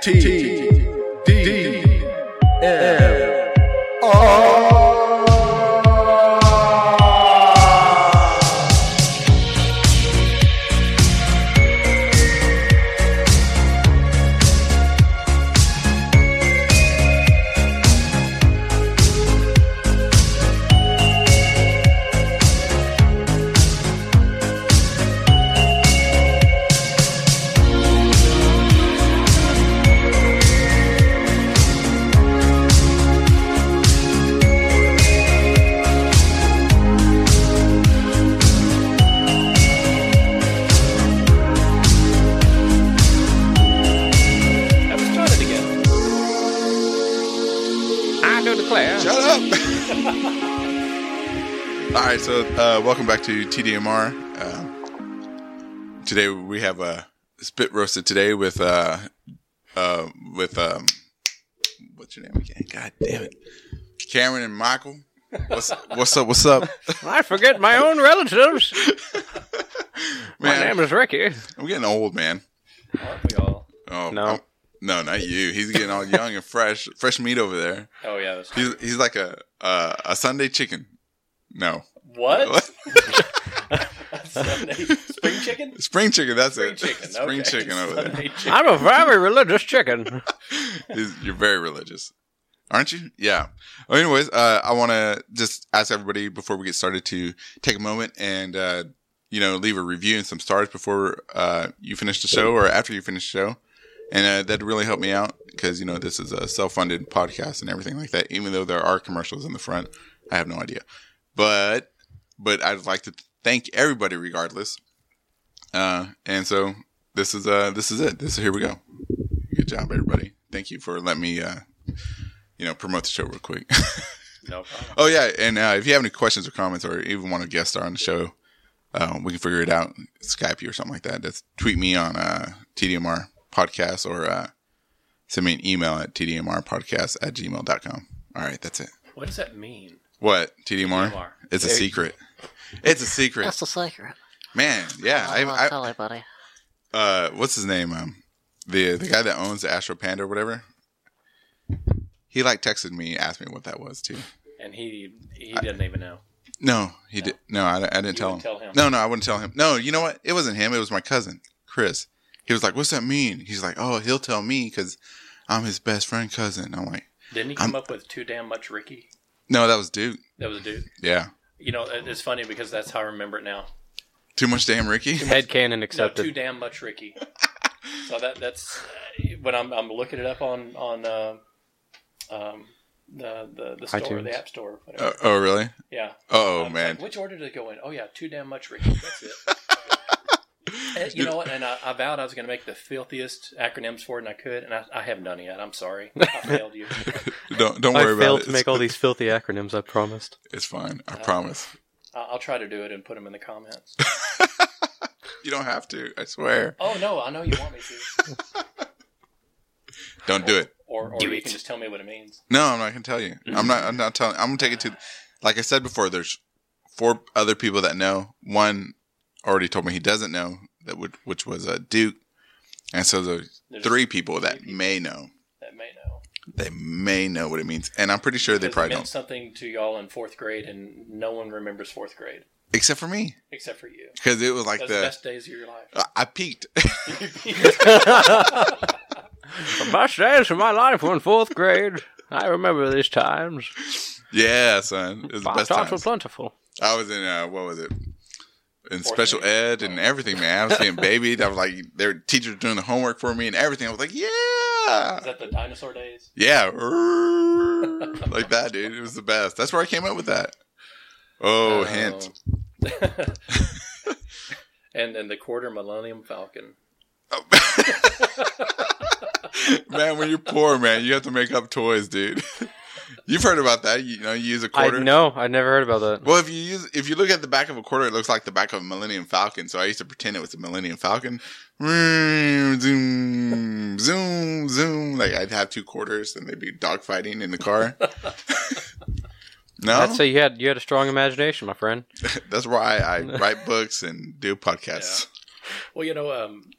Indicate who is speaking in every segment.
Speaker 1: T D M R.
Speaker 2: Let's start it again. I do declare.
Speaker 1: Shut up.
Speaker 3: All right, so uh, welcome back to TDMR. Uh, today we have uh, spit roasted today with uh, uh, with um, what's your name again? God damn it, Cameron and Michael. What's what's up? What's up,
Speaker 2: I forget my own relatives. My
Speaker 3: man?
Speaker 2: name is Ricky.
Speaker 3: I'm getting old, man.
Speaker 4: Aren't we all?
Speaker 3: Oh
Speaker 2: No.
Speaker 3: I'm- no, not you. He's getting all young and fresh, fresh meat over there.
Speaker 4: Oh yeah, that's
Speaker 3: He's he's like a uh, a Sunday chicken. No,
Speaker 4: what? Sunday spring chicken.
Speaker 3: spring chicken. That's
Speaker 4: Spring
Speaker 3: it.
Speaker 4: chicken.
Speaker 3: spring
Speaker 4: okay.
Speaker 3: chicken over there.
Speaker 4: Sunday chicken.
Speaker 2: I'm a very religious chicken.
Speaker 3: Is- You're very religious, aren't you? Yeah. Well, anyways, uh, I want to just ask everybody before we get started to take a moment and uh, you know leave a review and some stars before uh, you finish the show or after you finish the show, and uh, that really help me out because you know this is a self-funded podcast and everything like that. Even though there are commercials in the front, I have no idea, but but I'd like to thank everybody regardless. Uh, and so this is uh this is it. This here we go. Good job, everybody. Thank you for letting me, uh, you know, promote the show real quick.
Speaker 4: No problem.
Speaker 3: oh yeah, and uh, if you have any questions or comments, or even want a guest star on the show, uh, we can figure it out. Skype you or something like that. That's tweet me on uh, TDMR podcast or uh, send me an email at tdmrpodcast at gmail.com. All right, that's it.
Speaker 4: What does that mean?
Speaker 3: What TDMR?
Speaker 4: TDMR.
Speaker 3: It's a secret. It's a secret,
Speaker 5: That's the secret.
Speaker 3: man. Yeah,
Speaker 5: I,
Speaker 3: I, I,
Speaker 5: tell everybody.
Speaker 3: uh, what's his name? Um, the the guy that owns the Astro Panda or whatever. He like texted me, asked me what that was too.
Speaker 4: And he he didn't even know.
Speaker 3: No, he did. No, I, I didn't tell him.
Speaker 4: wouldn't tell him.
Speaker 3: No, no, I wouldn't tell him. No, you know what? It wasn't him. It was my cousin Chris. He was like, "What's that mean?" He's like, "Oh, he'll tell me because I'm his best friend cousin." I'm like,
Speaker 4: Didn't he come up with too damn much Ricky?
Speaker 3: "No, that was Duke."
Speaker 4: That was a dude.
Speaker 3: Yeah,
Speaker 4: You know, it- it's funny because that's how I remember it now.
Speaker 3: too much damn Ricky.
Speaker 2: Head cannon
Speaker 4: No, too
Speaker 2: accepted.
Speaker 4: damn much Ricky. so that that's uh, when I'm I'm looking it up on on uh, um the the, the store,
Speaker 2: iTunes.
Speaker 4: the app store, whatever.
Speaker 3: Uh, oh, really?
Speaker 4: yeah.
Speaker 3: Oh
Speaker 4: Um,
Speaker 3: man,
Speaker 4: like, which order did it go in? Oh yeah, too damn much Ricky. That's it. And you know what? And I, I vowed I was going to make the filthiest acronyms for it, and I could, and I, I haven't done it yet. I'm sorry, I failed you.
Speaker 3: don't don't worry
Speaker 2: I
Speaker 3: about
Speaker 2: failed
Speaker 3: it.
Speaker 2: to make all these filthy acronyms I promised.
Speaker 3: It's fine.
Speaker 4: Uh-huh.
Speaker 3: I promise.
Speaker 4: I- I'll try to do it and put them in the comments.
Speaker 3: You don't have to. I swear.
Speaker 4: Oh no, I know you want me to,
Speaker 3: Don't do it.
Speaker 4: or or
Speaker 2: Do
Speaker 4: you
Speaker 2: it.
Speaker 4: can just tell me what it means.
Speaker 3: No, I'm not gonna tell you. I'm not. I'm not telling. I'm gonna take it to, like I said before. There's four other people that know. One already told me he doesn't know that, would, which was uh, Duke, and so there's
Speaker 4: There's
Speaker 3: three people that
Speaker 4: three people.
Speaker 3: may know.
Speaker 4: That may know.
Speaker 3: They may know what it means, and I'm pretty sure they
Speaker 4: Because it
Speaker 3: probably
Speaker 4: meant
Speaker 3: don't,
Speaker 4: something to y'all in fourth grade, and no one remembers fourth grade
Speaker 3: except for me,
Speaker 4: except for you.
Speaker 3: because it was like
Speaker 4: That's the
Speaker 3: the.
Speaker 4: best days of your life.
Speaker 3: I- I peaked.
Speaker 2: The best days of my life were in fourth grade. I remember these times.
Speaker 3: yeah, son. It was the
Speaker 2: Pop
Speaker 3: best
Speaker 2: tarts were
Speaker 3: time.
Speaker 2: plentiful.
Speaker 3: I was in uh, what was it? In
Speaker 4: Fourth
Speaker 3: special ed and everything, man. I was being babied. I was like, their teachers doing the homework for me and everything. I was like, yeah.
Speaker 4: Is that the dinosaur days?
Speaker 3: Yeah, like that, dude. It was the best. That's where I came up with that. Oh,
Speaker 4: Um,
Speaker 3: hint.
Speaker 4: and then the quarter Millennium Falcon.
Speaker 3: man, when you're poor, man, you have to make up toys, dude. You've heard about that. You know, you use a quarter.
Speaker 2: I know. I never heard about that.
Speaker 3: Well, if you use, if you look at the back of a quarter, it looks like the back of a Millennium Falcon. So I used to pretend it was a Millennium Falcon. Zoom, zoom, zoom. Like I'd have two quarters, and they'd be dogfighting in the car. no,
Speaker 2: I'd say you had you had a strong imagination, my friend.
Speaker 3: that's why I write books and do podcasts.
Speaker 4: Well, you know, um,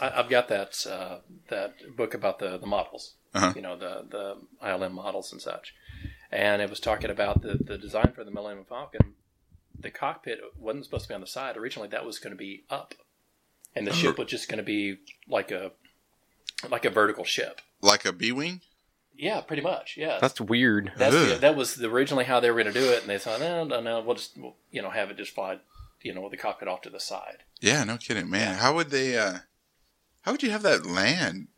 Speaker 4: I, I've got that uh, that book about the the models,
Speaker 3: Uh-huh.
Speaker 4: you know, the the ILM models and such, and it was talking about the the design for the Millennium Falcon. The cockpit wasn't supposed to be on the side originally. That was going to be up, and
Speaker 3: Oh.
Speaker 4: the ship was just going to be like a like a vertical ship.
Speaker 3: Like a B wing?
Speaker 4: Yeah, pretty much. Yeah,
Speaker 2: That's weird.
Speaker 4: that's the,
Speaker 3: Ugh.
Speaker 4: that was the- originally how they were going to do it, and they thought, no, no, no, we'll just we'll, you know have it just fly, you know, with the cockpit off to the side.
Speaker 3: Yeah, no kidding, man. How would they? uh How would you have that land?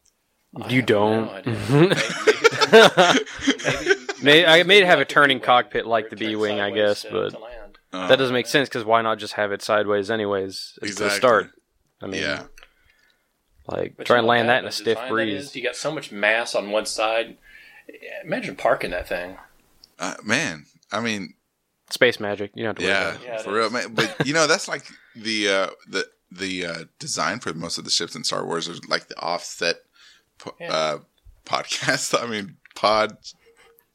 Speaker 4: I
Speaker 2: You
Speaker 4: have
Speaker 2: don't.
Speaker 4: no idea. Maybe- maybe-
Speaker 2: May- I may have a
Speaker 4: like the
Speaker 2: turning
Speaker 4: B-wing,
Speaker 2: cockpit like
Speaker 4: where it
Speaker 2: the
Speaker 4: turns
Speaker 2: B-wing, I
Speaker 4: sideways
Speaker 2: guess,
Speaker 4: to-
Speaker 2: but-
Speaker 4: to land.
Speaker 3: Uh,
Speaker 2: that doesn't make sense because why not just have it sideways anyways at the
Speaker 3: Exactly.
Speaker 2: start? I mean,
Speaker 3: Yeah,
Speaker 2: like
Speaker 4: But
Speaker 2: try
Speaker 4: you
Speaker 2: and
Speaker 4: know
Speaker 2: land that in
Speaker 4: the
Speaker 2: a stiff
Speaker 4: design that
Speaker 2: breeze.
Speaker 4: is, you got so much mass on one side. Imagine parking that thing.
Speaker 3: uh, man. I mean,
Speaker 2: Space magic. You don't have to worry
Speaker 3: yeah,
Speaker 2: about it.
Speaker 4: Yeah, it
Speaker 3: for real,
Speaker 4: is.
Speaker 3: man. But you know, that's like the uh the the uh design for most of the ships in Star Wars is like the offset po-
Speaker 4: Yeah.
Speaker 3: uh podcast. I mean, pod,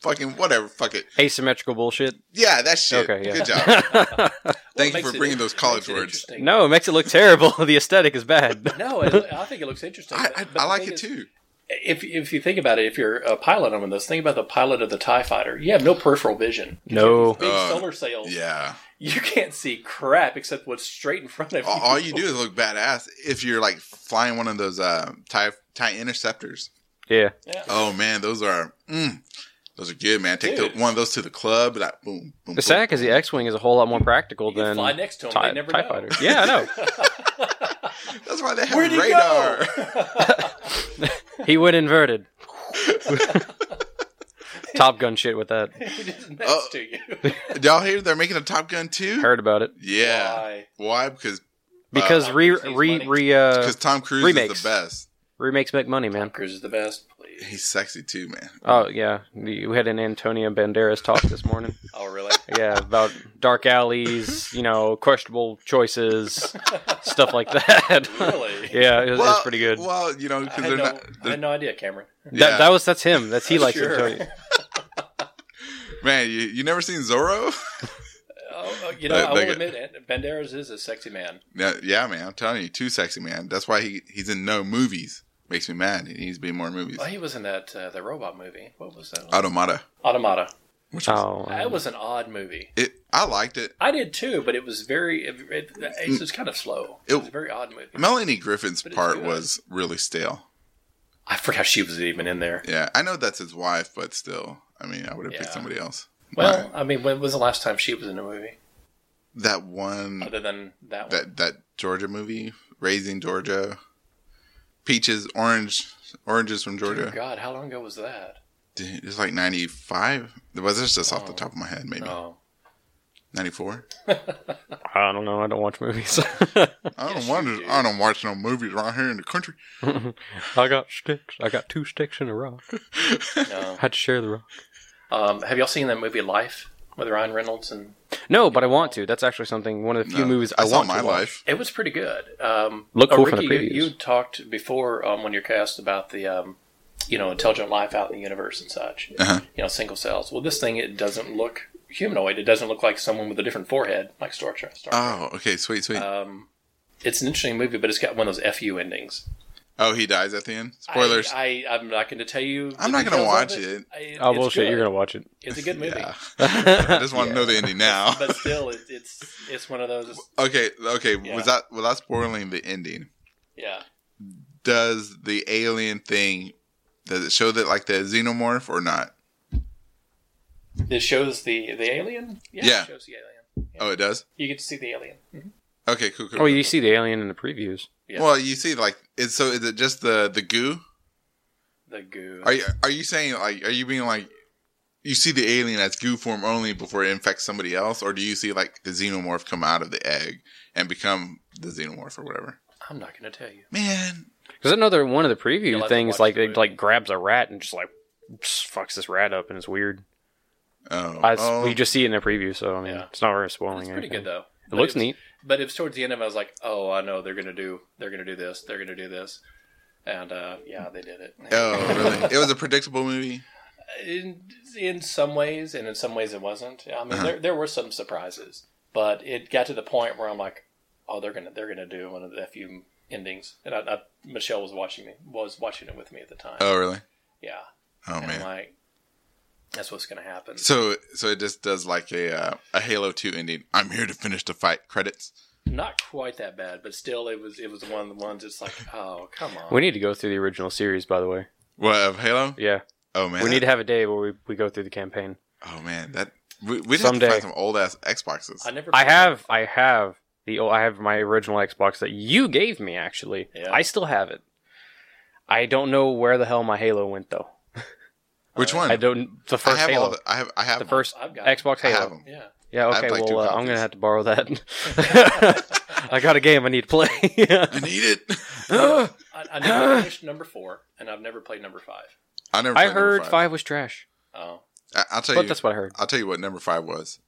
Speaker 3: fucking whatever. Fuck it.
Speaker 2: Asymmetrical bullshit.
Speaker 3: Yeah, that shit.
Speaker 2: Okay, yeah.
Speaker 3: Good job. Thank
Speaker 4: Well, it
Speaker 3: you for
Speaker 4: makes it-
Speaker 3: bringing those
Speaker 4: it
Speaker 3: college
Speaker 4: makes it
Speaker 3: words.
Speaker 4: interesting.
Speaker 2: No, it makes it look terrible. the aesthetic is bad.
Speaker 4: no, it, I think it looks interesting.
Speaker 3: I
Speaker 4: but-
Speaker 3: I,
Speaker 4: but
Speaker 3: I
Speaker 4: the
Speaker 3: like
Speaker 4: thing
Speaker 3: it
Speaker 4: is,
Speaker 3: too.
Speaker 4: If if you think about it, if you're a pilot on one of those, think about the pilot of the Tie Fighter. You have no peripheral vision.
Speaker 2: No.
Speaker 4: Big
Speaker 3: Uh,
Speaker 4: solar sails.
Speaker 3: Yeah.
Speaker 4: You can't see crap except what's straight in front of you.
Speaker 3: all, all you do is look badass if you're like flying one of those uh tie tie interceptors.
Speaker 2: Yeah.
Speaker 4: Yeah.
Speaker 3: Oh man, those are mm, those are good, man. Take the,
Speaker 4: Dude.
Speaker 3: one of those to the club, like boom, boom.
Speaker 2: The
Speaker 3: boom.
Speaker 2: sad because the X-wing is a whole lot more practical
Speaker 4: You can
Speaker 2: than
Speaker 4: fly next to 'em,
Speaker 2: Tie,
Speaker 4: they never
Speaker 2: TIE
Speaker 4: know.
Speaker 2: Fighter. Yeah, I know.
Speaker 3: That's why they have
Speaker 4: Where'd he
Speaker 3: radar.
Speaker 2: He went inverted. Top Gun shit with that.
Speaker 4: Just next
Speaker 3: Oh.
Speaker 4: to you.
Speaker 3: Did Y'all hear they're making a Top Gun too?
Speaker 2: Heard about
Speaker 3: Uh,
Speaker 2: it
Speaker 3: Yeah. Why?
Speaker 4: Why?
Speaker 3: Because
Speaker 2: because
Speaker 3: Uh,
Speaker 2: re
Speaker 4: Tom Cruise
Speaker 2: re
Speaker 4: money.
Speaker 2: re uh,
Speaker 3: because Tom Cruise is
Speaker 2: remakes.
Speaker 3: the best.
Speaker 2: remakes make money, man.
Speaker 4: Cruise is the best. Please.
Speaker 3: He's sexy too, man.
Speaker 2: Oh yeah, we we had an Antonio Banderas talk this morning.
Speaker 4: Oh, really?
Speaker 2: yeah, about dark alleys, you know, questionable choices, stuff like that.
Speaker 4: Really?
Speaker 2: yeah, it was, it was pretty good.
Speaker 3: Well, you know,
Speaker 4: I
Speaker 3: because
Speaker 4: had,
Speaker 3: they're
Speaker 4: no,
Speaker 3: not.
Speaker 4: I
Speaker 3: They're,
Speaker 4: had no idea, Cameron.
Speaker 3: yeah.
Speaker 2: That, that was that's him. That's he
Speaker 4: Oh,
Speaker 2: likes
Speaker 4: sure.
Speaker 2: Antonio.
Speaker 3: man, you, you never seen Zorro?
Speaker 4: Oh, oh, you know,
Speaker 3: Like-
Speaker 4: I
Speaker 3: like
Speaker 4: will
Speaker 3: a-
Speaker 4: admit, An- Banderas is a sexy man.
Speaker 3: yeah, yeah, man. I'm telling you, too sexy, man. That's why he he's in no movies. Makes me mad. He needs to be in more movies.
Speaker 4: Well, he was in that uh, the robot movie. What was that? one?
Speaker 3: Automata.
Speaker 4: Automata.
Speaker 2: Oh,
Speaker 4: That was an odd movie.
Speaker 3: It. I liked it.
Speaker 4: I did too, but it was very. It, it, it was kind of slow. It,
Speaker 3: It-
Speaker 4: was a very odd movie.
Speaker 3: Melanie Griffin's
Speaker 4: But it's
Speaker 3: part
Speaker 4: good.
Speaker 3: was really stale.
Speaker 4: I forgot she was even in there.
Speaker 3: Yeah, I know that's his wife, but still, I mean, I would have picked
Speaker 4: Yeah.
Speaker 3: somebody else.
Speaker 4: Well,
Speaker 3: Right.
Speaker 4: I mean, when was the last time she was in a movie
Speaker 3: that one,
Speaker 4: other than that one?
Speaker 3: Mm. that that Georgia movie, Raising Georgia, Peaches, Orange, Oranges from
Speaker 4: Dear
Speaker 3: Georgia.
Speaker 4: God, how long ago was that?
Speaker 3: Dude, It's like ninety five. Was this just off the top of my head? Maybe
Speaker 4: No,
Speaker 3: ninety four.
Speaker 2: I don't know. I don't watch movies.
Speaker 3: I don't
Speaker 4: Yes,
Speaker 3: want
Speaker 4: you
Speaker 3: to.
Speaker 4: do.
Speaker 3: I don't watch no movies around here in the country.
Speaker 2: I got sticks. I got two sticks in a rock.
Speaker 4: no.
Speaker 2: Had to share the rock.
Speaker 4: Um, have y'all seen that movie Life with Ryan Reynolds and?
Speaker 2: No, but I want to. That's actually something. One of the few
Speaker 3: No,
Speaker 2: movies I,
Speaker 3: Uh, I saw
Speaker 2: want
Speaker 3: my
Speaker 2: to watch.
Speaker 3: life.
Speaker 4: It was pretty good. Um,
Speaker 2: Looked cool
Speaker 4: Ricky,
Speaker 2: from the previews.
Speaker 4: You, you talked before um, when you cast about the, um, you know, intelligent life out in the universe and such.
Speaker 3: Uh-huh.
Speaker 4: You know, single cells. Well, this thing it doesn't look humanoid. It doesn't look like someone with a different forehead, like Star Trek. Star Trek.
Speaker 3: Oh, okay, sweet, sweet.
Speaker 4: Um, it's an interesting movie, but it's got one of those fu endings.
Speaker 3: oh, he dies at the end. Spoilers.
Speaker 4: I, I I'm not going to tell you. the
Speaker 3: I'm not gonna
Speaker 4: details of
Speaker 3: watch it.
Speaker 4: I-
Speaker 2: Oh
Speaker 4: it's
Speaker 2: bullshit!
Speaker 4: good.
Speaker 2: You're gonna watch it.
Speaker 4: It's a good movie,
Speaker 3: yeah. I just want to know the ending now.
Speaker 4: but still, it, it's it's one of those.
Speaker 3: Okay, okay.
Speaker 4: Yeah.
Speaker 3: Was that without spoiling the ending?
Speaker 4: Yeah.
Speaker 3: Does the alien thing does it show that like the xenomorph or not?
Speaker 4: It shows the the alien.
Speaker 3: Yeah.
Speaker 4: It shows the alien.
Speaker 3: Oh, it does.
Speaker 4: You get to see the alien.
Speaker 3: Okay, cool, cool.
Speaker 2: Oh, you see the alien in the previews.
Speaker 4: yeah.
Speaker 3: Well, you see, like, it's so is it just the the goo?
Speaker 4: The goo.
Speaker 3: Are you are you saying like are you being like you see the alien as goo form only before it infects somebody else, or do you see like the xenomorph come out of the egg and become the xenomorph or whatever?
Speaker 4: I'm not going to tell you.
Speaker 3: Man,
Speaker 2: Because I know that one of the
Speaker 4: You'll
Speaker 2: preview
Speaker 4: have to
Speaker 2: things,
Speaker 4: watch
Speaker 2: like
Speaker 4: the
Speaker 2: it
Speaker 4: movie.
Speaker 2: like grabs a rat and just like pss, fucks this rat up, and it's weird.
Speaker 3: oh,
Speaker 2: I,
Speaker 3: oh.
Speaker 2: We just see it in a preview, so I mean,
Speaker 4: Yeah.
Speaker 2: it's not very spoiling.
Speaker 4: It's pretty
Speaker 2: anything.
Speaker 4: good though.
Speaker 2: It looks
Speaker 4: was,
Speaker 2: neat.
Speaker 4: But it was towards the end of it. I was like, oh, I know they're going to do. They're going to do this. They're going to do this. And uh, yeah, they did it.
Speaker 3: oh, really? It was a predictable movie.
Speaker 4: In, in some ways, and in some ways it wasn't. I mean,
Speaker 3: Uh-huh.
Speaker 4: there, there were some surprises, but it got to the point where I'm like, oh, they're gonna they're gonna do one of the fu endings, and I, I, Michelle was watching me was watching it with me at the time.
Speaker 3: Oh, really?
Speaker 4: yeah,
Speaker 3: Oh
Speaker 4: and I'm
Speaker 3: man.
Speaker 4: like, that's what's gonna happen.
Speaker 3: So so it just does like a uh, a Halo Two ending. I'm here to finish the fight. Credits.
Speaker 4: Not quite that bad, but still, it was it was one of the ones. It's like, oh come on,
Speaker 2: We need to go through the original series, by the way.
Speaker 3: What of Halo?
Speaker 2: Yeah,
Speaker 3: Oh man.
Speaker 2: we need to have a day where we, we go through the campaign.
Speaker 3: Oh man, that we we have to
Speaker 2: Someday.
Speaker 3: find some old ass Xboxes.
Speaker 4: I never.
Speaker 2: I have I have the oh, I have my original Xbox that you gave me actually.
Speaker 4: Yeah.
Speaker 2: I still have it. I don't know where the hell my Halo went though.
Speaker 3: Which one?
Speaker 2: I don't the first
Speaker 3: I have
Speaker 2: Halo,
Speaker 3: all. The, I have. I have
Speaker 2: the
Speaker 3: all-
Speaker 2: first
Speaker 4: I've got
Speaker 2: Xbox
Speaker 3: I
Speaker 2: Halo.
Speaker 3: have 'em.
Speaker 4: Yeah,
Speaker 2: Yeah,
Speaker 3: I have,
Speaker 2: okay.
Speaker 3: like, two
Speaker 2: well, uh, I'm
Speaker 3: copies.
Speaker 2: gonna have to borrow that. I got a game I need to play.
Speaker 3: I need it.
Speaker 4: I, I never finished number four, and I've never played number five.
Speaker 3: I never.
Speaker 2: I
Speaker 3: played number
Speaker 2: heard five. was trash,
Speaker 4: Oh,
Speaker 3: I, I'll tell
Speaker 2: but
Speaker 3: you.
Speaker 2: that's what I heard.
Speaker 3: I'll tell you what number five was.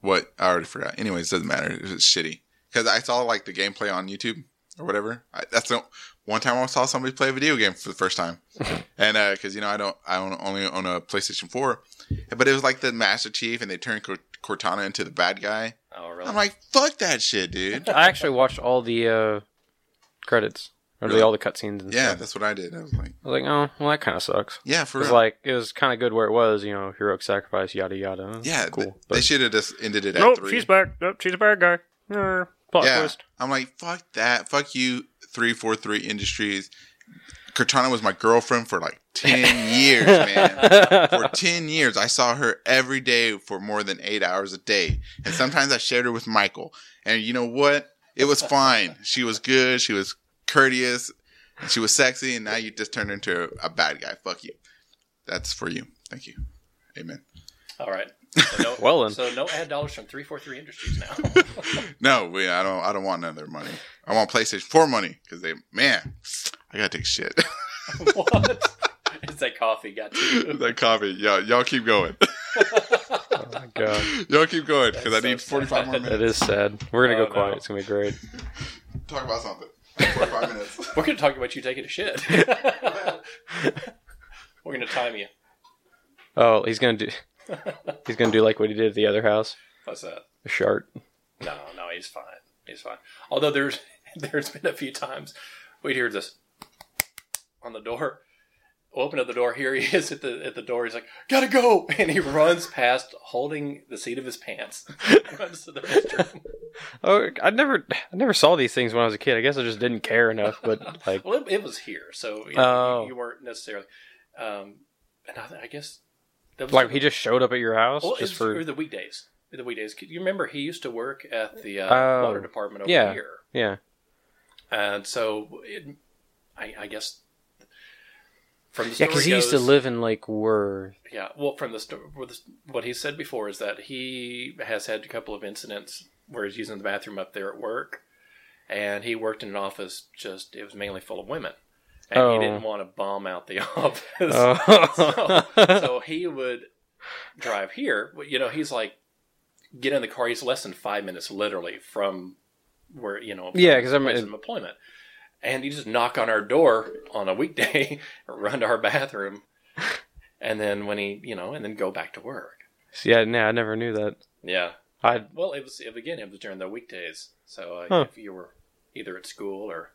Speaker 3: What I already forgot. Anyways, doesn't matter. It was shitty because I saw like the gameplay on YouTube or whatever. I, that's the one time I saw somebody play a video game for the first time, and because you know I don't, I own, only own a PlayStation Four, but it was like the Master Chief and they turned Cort- Cortana into the bad guy.
Speaker 4: oh, really?
Speaker 3: I'm like, fuck that shit, dude.
Speaker 2: I actually watched all the uh, credits, or
Speaker 3: Really?
Speaker 2: the, all the cutscenes. And
Speaker 3: Yeah,
Speaker 2: stuff.
Speaker 3: that's what I did. I was like,
Speaker 2: I was like, oh, well, that kind of sucks.
Speaker 3: yeah, for
Speaker 2: It was
Speaker 3: real.
Speaker 2: like it was kind of good where it was, you know, heroic sacrifice, yada yada.
Speaker 3: yeah, th-
Speaker 2: cool.
Speaker 3: they
Speaker 2: but-
Speaker 3: should have just ended it at
Speaker 2: nope,
Speaker 3: three.
Speaker 2: she's back. Nope, she's a bad guy. Nah, plot
Speaker 3: yeah.
Speaker 2: twist.
Speaker 3: I'm like, fuck that. Fuck you, 343 Industries. Cortana was my girlfriend for like 10 years, man. For 10 years, I saw her every day for more than eight hours a day. And sometimes I shared her with Michael. And you know what? It was fine. She was good. She was courteous. She was sexy. And now you just turned her into a bad guy. Fuck you. That's for you. Thank you. Amen.
Speaker 4: All right. So no,
Speaker 2: Well then.
Speaker 4: so no ad dollars from three four three Industries now.
Speaker 3: No, we, I don't. I don't want none of their money. I want PlayStation Four money because they, man, I gotta take shit.
Speaker 4: what? It's that coffee got to you.
Speaker 3: that coffee, y'all, y'all keep going.
Speaker 2: oh my god,
Speaker 3: y'all keep going because I
Speaker 4: That's
Speaker 3: need
Speaker 4: so
Speaker 3: forty five more
Speaker 4: sad.
Speaker 2: that
Speaker 3: minutes.
Speaker 2: is sad. We're gonna
Speaker 4: Oh,
Speaker 2: go
Speaker 4: no.
Speaker 2: quiet. It's gonna be great.
Speaker 3: Talk about something. Forty five minutes.
Speaker 4: We're gonna talk about you taking a shit. We're gonna time you.
Speaker 2: Oh, he's gonna do. He's gonna do like what he did at the other house.
Speaker 4: What's that?
Speaker 2: A shark.
Speaker 4: No, no, he's fine. He's fine. Although there's there's been a few times we'd hear this on the door. Open up the door. Here he is at the at the door. He's like, "Gotta go!" And he runs past, holding the seat of his pants. runs to the restroom.
Speaker 2: Oh, I never, I never saw these things when I was a kid. I guess I just didn't care enough. But like,
Speaker 4: Well, it, it was here, so you,
Speaker 2: Oh.
Speaker 4: you weren't necessarily. Um, and I, I guess that was
Speaker 2: like he just showed up at your house
Speaker 4: Well,
Speaker 2: just
Speaker 4: it's-
Speaker 2: for
Speaker 4: or the weekdays. The weekdays. You remember he used to work at the uh,
Speaker 2: Oh,
Speaker 4: water department over
Speaker 2: yeah.
Speaker 4: here,
Speaker 2: yeah.
Speaker 4: and so it, I, I guess from the
Speaker 2: Yeah,
Speaker 4: story
Speaker 2: because he used to
Speaker 4: goes-
Speaker 2: live in like Worth.
Speaker 4: Yeah, well, from the story, what he said before is that he has had a couple of incidents where he's using the bathroom up there at work, and he worked in an office just it was mainly full of women, and he
Speaker 2: Oh.
Speaker 4: didn't want to bomb out the office so,
Speaker 2: Oh.
Speaker 4: so he would drive here. But, You know, he's like, get in the car. He's less than five minutes, literally, from where you know.
Speaker 2: Yeah, 'cause I'm-
Speaker 4: place of employment, and he just knock on our door on a weekday, run to our bathroom, and then when he, you know, and then go back to work.
Speaker 2: yeah, no, I never knew that.
Speaker 4: Yeah.
Speaker 2: I
Speaker 4: Well, it was it, again. It was during the weekdays, so uh,
Speaker 2: Huh.
Speaker 4: if you were either at school or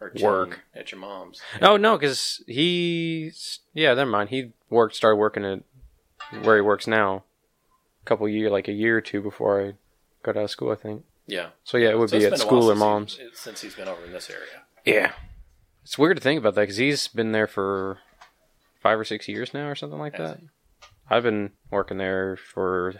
Speaker 4: or
Speaker 2: Work.
Speaker 4: chilling at your mom's.
Speaker 2: oh no, because he yeah, never mind. He worked, started working at where he works now, a couple year, like a year or two before I got out of school, I think.
Speaker 4: Yeah,
Speaker 2: So yeah, it would
Speaker 4: So
Speaker 2: be
Speaker 4: it's
Speaker 2: at
Speaker 4: been a while
Speaker 2: school or
Speaker 4: since
Speaker 2: mom's.
Speaker 4: he- since he's been over in this area.
Speaker 2: Yeah, it's weird to think about that because he's been there for five or six years now, or something like
Speaker 4: Has
Speaker 2: that. I've been working there for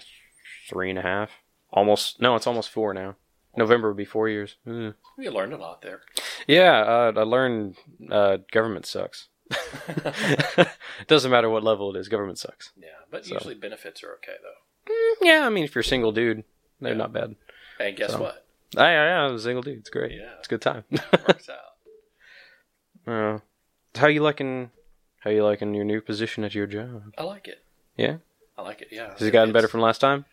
Speaker 2: three and a half, almost. No, it's almost four now. November would be four years. Mm.
Speaker 4: We learned a lot there.
Speaker 2: Yeah, uh, I learned uh, government sucks. Doesn't matter what level it is, government sucks.
Speaker 4: Yeah, but
Speaker 2: So.
Speaker 4: usually benefits are okay though.
Speaker 2: Mm, Yeah, I mean, if you're a single dude, they're
Speaker 4: Yeah.
Speaker 2: not bad.
Speaker 4: And guess
Speaker 2: So.
Speaker 4: what?
Speaker 2: I, I, I'm a single dude. It's great.
Speaker 4: Yeah.
Speaker 2: It's a good time.
Speaker 4: It works out.
Speaker 2: uh, how you liking? How you liking your new position at your job?
Speaker 4: I like it.
Speaker 2: Yeah?
Speaker 4: I like it. Yeah.
Speaker 2: Has it gotten better
Speaker 4: It's-
Speaker 2: from last time?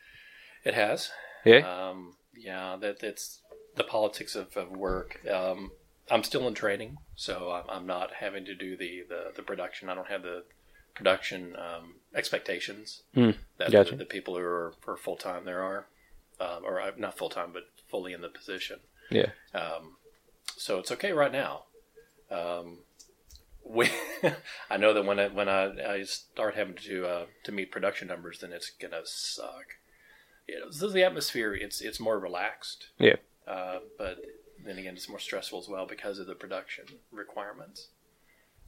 Speaker 4: It has.
Speaker 2: Yeah.
Speaker 4: Um, yeah. That it's the politics of, of work. Um, I'm still in training, so I'm, I'm not having to do the, the, the production. I don't have the production um, expectations
Speaker 2: Hmm.
Speaker 4: that
Speaker 2: Gotcha.
Speaker 4: the, the people who are, are full time there are, um, or uh, not full time, but fully in the position.
Speaker 2: yeah.
Speaker 4: Um, so it's okay right now. Um, we, I know that when I, when I, I start having to uh, to meet production numbers, then it's gonna suck. You know, this is the atmosphere. It's it's more relaxed.
Speaker 2: Yeah.
Speaker 4: Uh, but then again, it's more stressful as well because of the production requirements.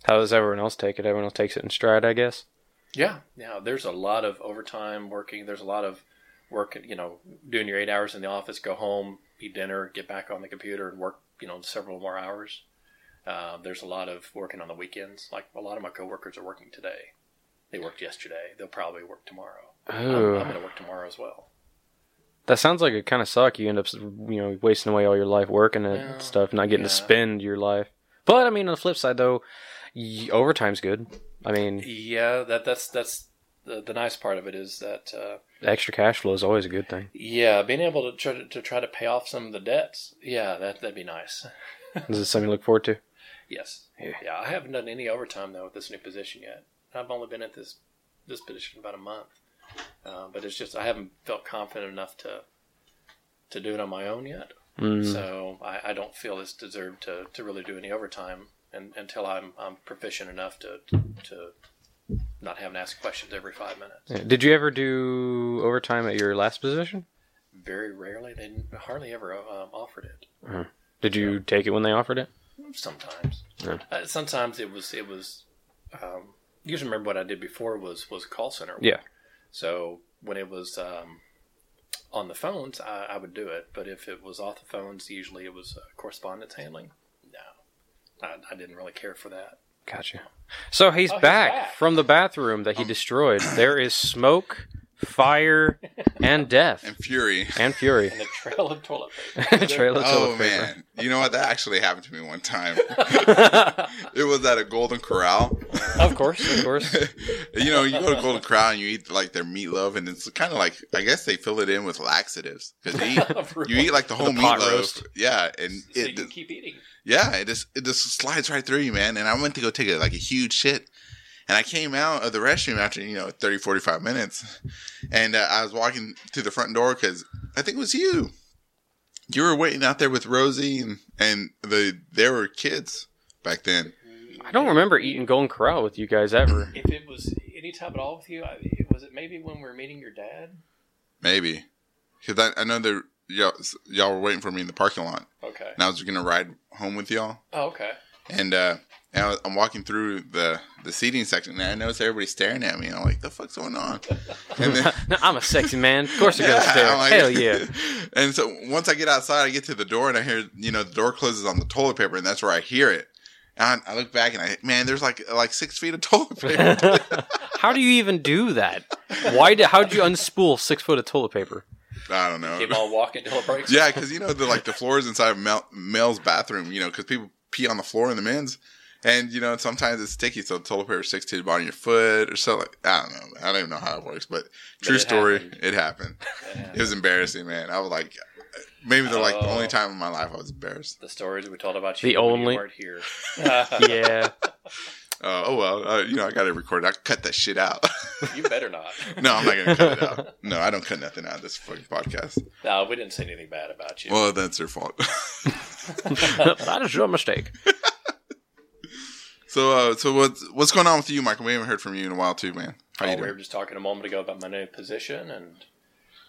Speaker 2: How does everyone else take it? Everyone else takes it in stride, I guess.
Speaker 4: Yeah. Now there's a lot of overtime working. There's a lot of work. You know, doing your eight hours in the office, go home, eat dinner, get back on the computer, and work. You know, several more hours. Uh, there's a lot of working on the weekends. Like a lot of my coworkers are working today. They worked yesterday. They'll probably work tomorrow. I'm,
Speaker 2: Ooh.
Speaker 4: I'm going to work tomorrow as well.
Speaker 2: That sounds like it kind of suck. You end up, you know, wasting away all your life working at
Speaker 4: Yeah.
Speaker 2: stuff, not getting to
Speaker 4: Yeah.
Speaker 2: spend your life. But I mean, on the flip side, though, y- overtime's good. I mean,
Speaker 4: Yeah, that that's that's the, the nice part of it is that uh,
Speaker 2: extra cash flow is always a good thing.
Speaker 4: yeah, being able to try to, to try to pay off some of the debts. Yeah, that that'd be nice.
Speaker 2: Is this something you look forward to?
Speaker 4: Yes.
Speaker 2: Yeah.
Speaker 4: Yeah, I haven't done any overtime though with this new position yet. I've only been at this this position about a month, uh, but it's just I haven't felt confident enough to to do it on my own yet.
Speaker 2: Mm.
Speaker 4: So I, I don't feel it's deserved to, to really do any overtime and, until I'm I'm proficient enough to to not having to ask questions every five minutes.
Speaker 2: Yeah. Did you ever do overtime at your last position?
Speaker 4: Very rarely, they hardly ever um, offered it.
Speaker 2: Did you take it when they offered it?
Speaker 4: Sometimes,
Speaker 2: Yeah.
Speaker 4: uh, sometimes it was it was. Um, you just remember what I did before was was call center. work.
Speaker 2: Yeah.
Speaker 4: So when it was um, on the phones, I, I would do it. But if it was off the phones, usually it was uh, correspondence handling. No, I, I didn't really care for that.
Speaker 2: Gotcha. So he's,
Speaker 4: Oh, he's
Speaker 2: back,
Speaker 4: back.
Speaker 2: from the bathroom that he destroyed. There is smoke, fire, and death,
Speaker 3: And Fury.
Speaker 2: and fury.
Speaker 4: And the trail of toilet paper.
Speaker 2: Trail of
Speaker 3: Oh
Speaker 2: toilet paper.
Speaker 3: man, you know what? That actually happened to me one time. it was at a Golden Corral.
Speaker 2: Of course, of course.
Speaker 3: you know, you go to Golden Corral and you eat like their meatloaf, and it's kind of like I guess they fill it in with laxatives because you eat, you eat like the whole
Speaker 2: pot
Speaker 3: meatloaf.
Speaker 2: roast.
Speaker 3: Yeah, and
Speaker 4: so you
Speaker 3: it
Speaker 4: can keep eating.
Speaker 3: yeah, it just it just slides right through you, man. And I went to go take a, like a huge shit. And I came out of the restroom after, you know, 30, 45 minutes. And uh, I was walking to the front door because I think it was you. You were waiting out there with Rosie and, and the there were kids back then.
Speaker 2: I don't remember eating Golden Corral with you guys ever.
Speaker 4: If it was any time at all with you, I, was it maybe when we were meeting your dad?
Speaker 3: Maybe. Because I, I know that y'all, y'all were waiting for me in the parking lot.
Speaker 4: Okay.
Speaker 3: And I was going to ride home with y'all.
Speaker 4: Oh, okay.
Speaker 3: And uh, and I was, I'm walking through the the seating section, and I notice everybody staring at me, and I'm like, "The fuck's going on?" And then,
Speaker 2: No, I'm a sexy man. Of course, I gotta
Speaker 3: Yeah,
Speaker 2: stare.
Speaker 3: I'm like-
Speaker 2: Hell yeah.
Speaker 3: and so once I get outside, I get to the door, and I hear you know the door closes on the toilet paper, and that's where I hear it. And I, I look back, and I man, there's like like six feet of toilet paper.
Speaker 2: How do you even do that? Why did? How did you unspool six foot of toilet paper?
Speaker 3: I don't know.
Speaker 4: Keep on walking till it breaks.
Speaker 3: Yeah, because you know the like the floors inside of male, male's bathroom, you know, because people pee on the floor in the men's, and you know sometimes it's sticky, so toilet paper sticks to the bottom of your foot or so. Like I don't know, I don't even know how it works, but true
Speaker 4: it
Speaker 3: story,
Speaker 4: happened.
Speaker 3: it happened.
Speaker 4: Yeah.
Speaker 3: It was embarrassing, man. I was like, maybe they're like the
Speaker 4: Oh.
Speaker 3: only time in my life I was embarrassed.
Speaker 4: The stories we told about you.
Speaker 2: The
Speaker 4: when you
Speaker 2: only-
Speaker 4: weren't here.
Speaker 2: Yeah.
Speaker 3: Uh, oh well, uh, you know I got it recorded. I cut that shit out.
Speaker 4: You better not.
Speaker 3: no, I'm not gonna cut it out. No, I don't cut nothing out of this fucking podcast.
Speaker 4: No, we didn't say anything bad about you.
Speaker 3: Well, that's your fault.
Speaker 2: that is your mistake.
Speaker 3: so, uh, so what's what's going on with you, Michael? We haven't heard from you in a while, too, man. How
Speaker 4: Oh,
Speaker 3: you
Speaker 4: we were
Speaker 3: doing?
Speaker 4: just talking a moment ago about my new position, and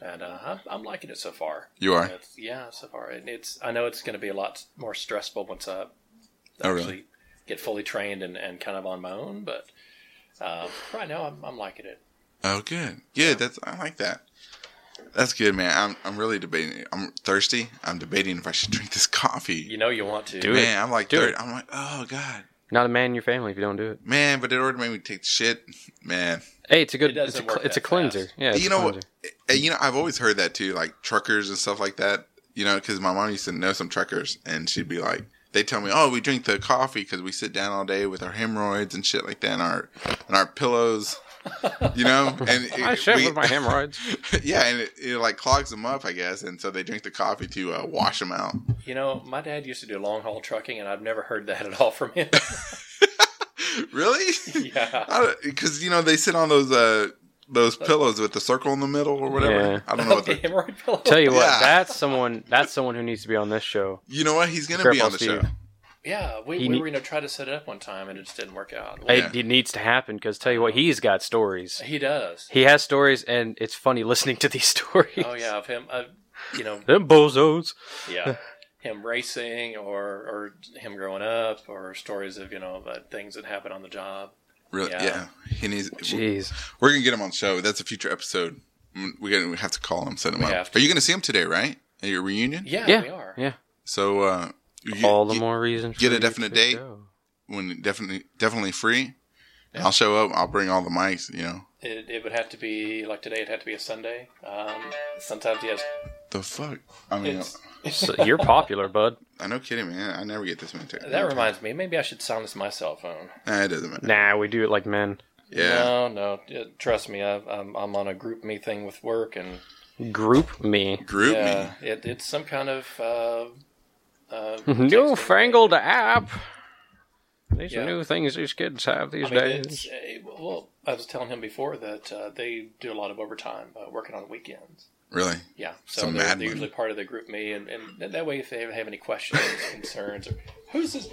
Speaker 4: and uh, I'm, I'm liking it so far.
Speaker 3: You are.
Speaker 4: It's, yeah, so far, and it's I know it's going to be a lot more stressful once I actually
Speaker 3: Oh, really?
Speaker 4: get fully trained and, and kind of on my own. But uh, right now, I'm, I'm liking it.
Speaker 3: Oh, good, good. That's I like that. That's good, man. I'm I'm really debating. I'm thirsty. I'm debating if I should drink this coffee.
Speaker 4: You know, you want to.
Speaker 2: Do it.
Speaker 3: man, I'm like,
Speaker 2: Do
Speaker 3: thir-
Speaker 2: it.
Speaker 3: I'm like, oh god,
Speaker 2: Not a man in your family if you don't do it.
Speaker 3: man. But it already made me take the shit, man.
Speaker 2: Hey, it's a
Speaker 4: It
Speaker 2: good.
Speaker 4: doesn't
Speaker 2: It's a,
Speaker 4: work
Speaker 2: cl- it's a
Speaker 4: that
Speaker 2: cleanser.
Speaker 4: fast.
Speaker 2: Yeah. it's
Speaker 3: you
Speaker 2: a
Speaker 3: know
Speaker 2: cleanser.
Speaker 3: what? eh, You know, I've always heard that too, like truckers and stuff like that. You know, because my mom used to know some truckers, and she'd be like, they tell me, oh, we drink the coffee because we sit down all day with our hemorrhoids and shit like that, and our and our pillows. You know, and
Speaker 2: I
Speaker 3: it-
Speaker 2: shit
Speaker 3: we-
Speaker 2: with my hemorrhoids.
Speaker 3: yeah, and it, it like clogs them up, I guess, and so they drink the coffee to uh, wash them out.
Speaker 4: You know, my dad used to do long haul trucking, and I've never heard that at all from him.
Speaker 3: really?
Speaker 4: yeah.
Speaker 3: Because you know they sit on those uh, those pillows with the circle in the middle or whatever.
Speaker 2: Yeah.
Speaker 3: I don't know what
Speaker 4: the
Speaker 3: the
Speaker 4: hemorrhoid pillow.
Speaker 2: Tell you what,
Speaker 3: Yeah.
Speaker 2: that's someone. That's someone who needs to be on this show.
Speaker 3: You know what? He's gonna be
Speaker 2: Grandpa
Speaker 3: on the
Speaker 2: Steve.
Speaker 3: show.
Speaker 4: yeah, we,
Speaker 2: He
Speaker 4: we
Speaker 2: need-
Speaker 4: were going to try to set it up one time and it just didn't work out.
Speaker 3: Yeah.
Speaker 2: It, it needs to happen because tell you what, he's got stories.
Speaker 4: he does.
Speaker 2: He has stories, and it's funny listening to these stories.
Speaker 4: Oh yeah, of him. Uh, you know,
Speaker 2: them bozos.
Speaker 4: yeah, him racing or or him growing up or stories of you know uh, things that happen on the job.
Speaker 3: Really? Yeah.
Speaker 4: Yeah.
Speaker 3: He needs.
Speaker 2: Jeez,
Speaker 3: We're gonna get him on the show. That's a future episode. Mm, We're gonna we have to call him, set him
Speaker 4: have
Speaker 3: up.
Speaker 4: to.
Speaker 3: Are you gonna see him today? Right at your reunion?
Speaker 4: Yeah,
Speaker 2: yeah,
Speaker 4: we are.
Speaker 2: yeah.
Speaker 3: So uh, you,
Speaker 2: All the
Speaker 3: you-
Speaker 2: more reason. For
Speaker 3: get a
Speaker 2: you
Speaker 3: definite
Speaker 2: to
Speaker 3: date.
Speaker 2: go.
Speaker 3: when definitely definitely free. I'll show up. I'll bring all the mics. You know
Speaker 4: It, it would have to be like today. It would have to be a Sunday. Um, sometimes yes,
Speaker 3: the fuck. I mean,
Speaker 4: It's-
Speaker 2: So you're popular, bud.
Speaker 3: I no kidding, man. I never get this many. tickets.
Speaker 4: that reminds me. Maybe I should silence my cell phone.
Speaker 3: Nah, it doesn't matter.
Speaker 2: Nah, we do it like men.
Speaker 3: Yeah.
Speaker 4: No, no. uh, Trust me. I, I'm I'm on a group me thing with work, and
Speaker 2: Group me.
Speaker 3: Group me.
Speaker 4: yeah, it, it's some kind of uh, uh,
Speaker 2: New fangled app. These
Speaker 4: Yeah.
Speaker 2: are new things these kids have these
Speaker 4: I mean,
Speaker 2: days.
Speaker 4: it's, uh, well, I was telling him before that uh, they do a lot of overtime, uh, working on weekends.
Speaker 3: Really.
Speaker 4: Yeah,
Speaker 3: a
Speaker 4: so
Speaker 3: mad
Speaker 4: they're,
Speaker 3: money.
Speaker 4: they're usually part of the group me, and, and that- that way, if they have any questions, concerns, or who's this?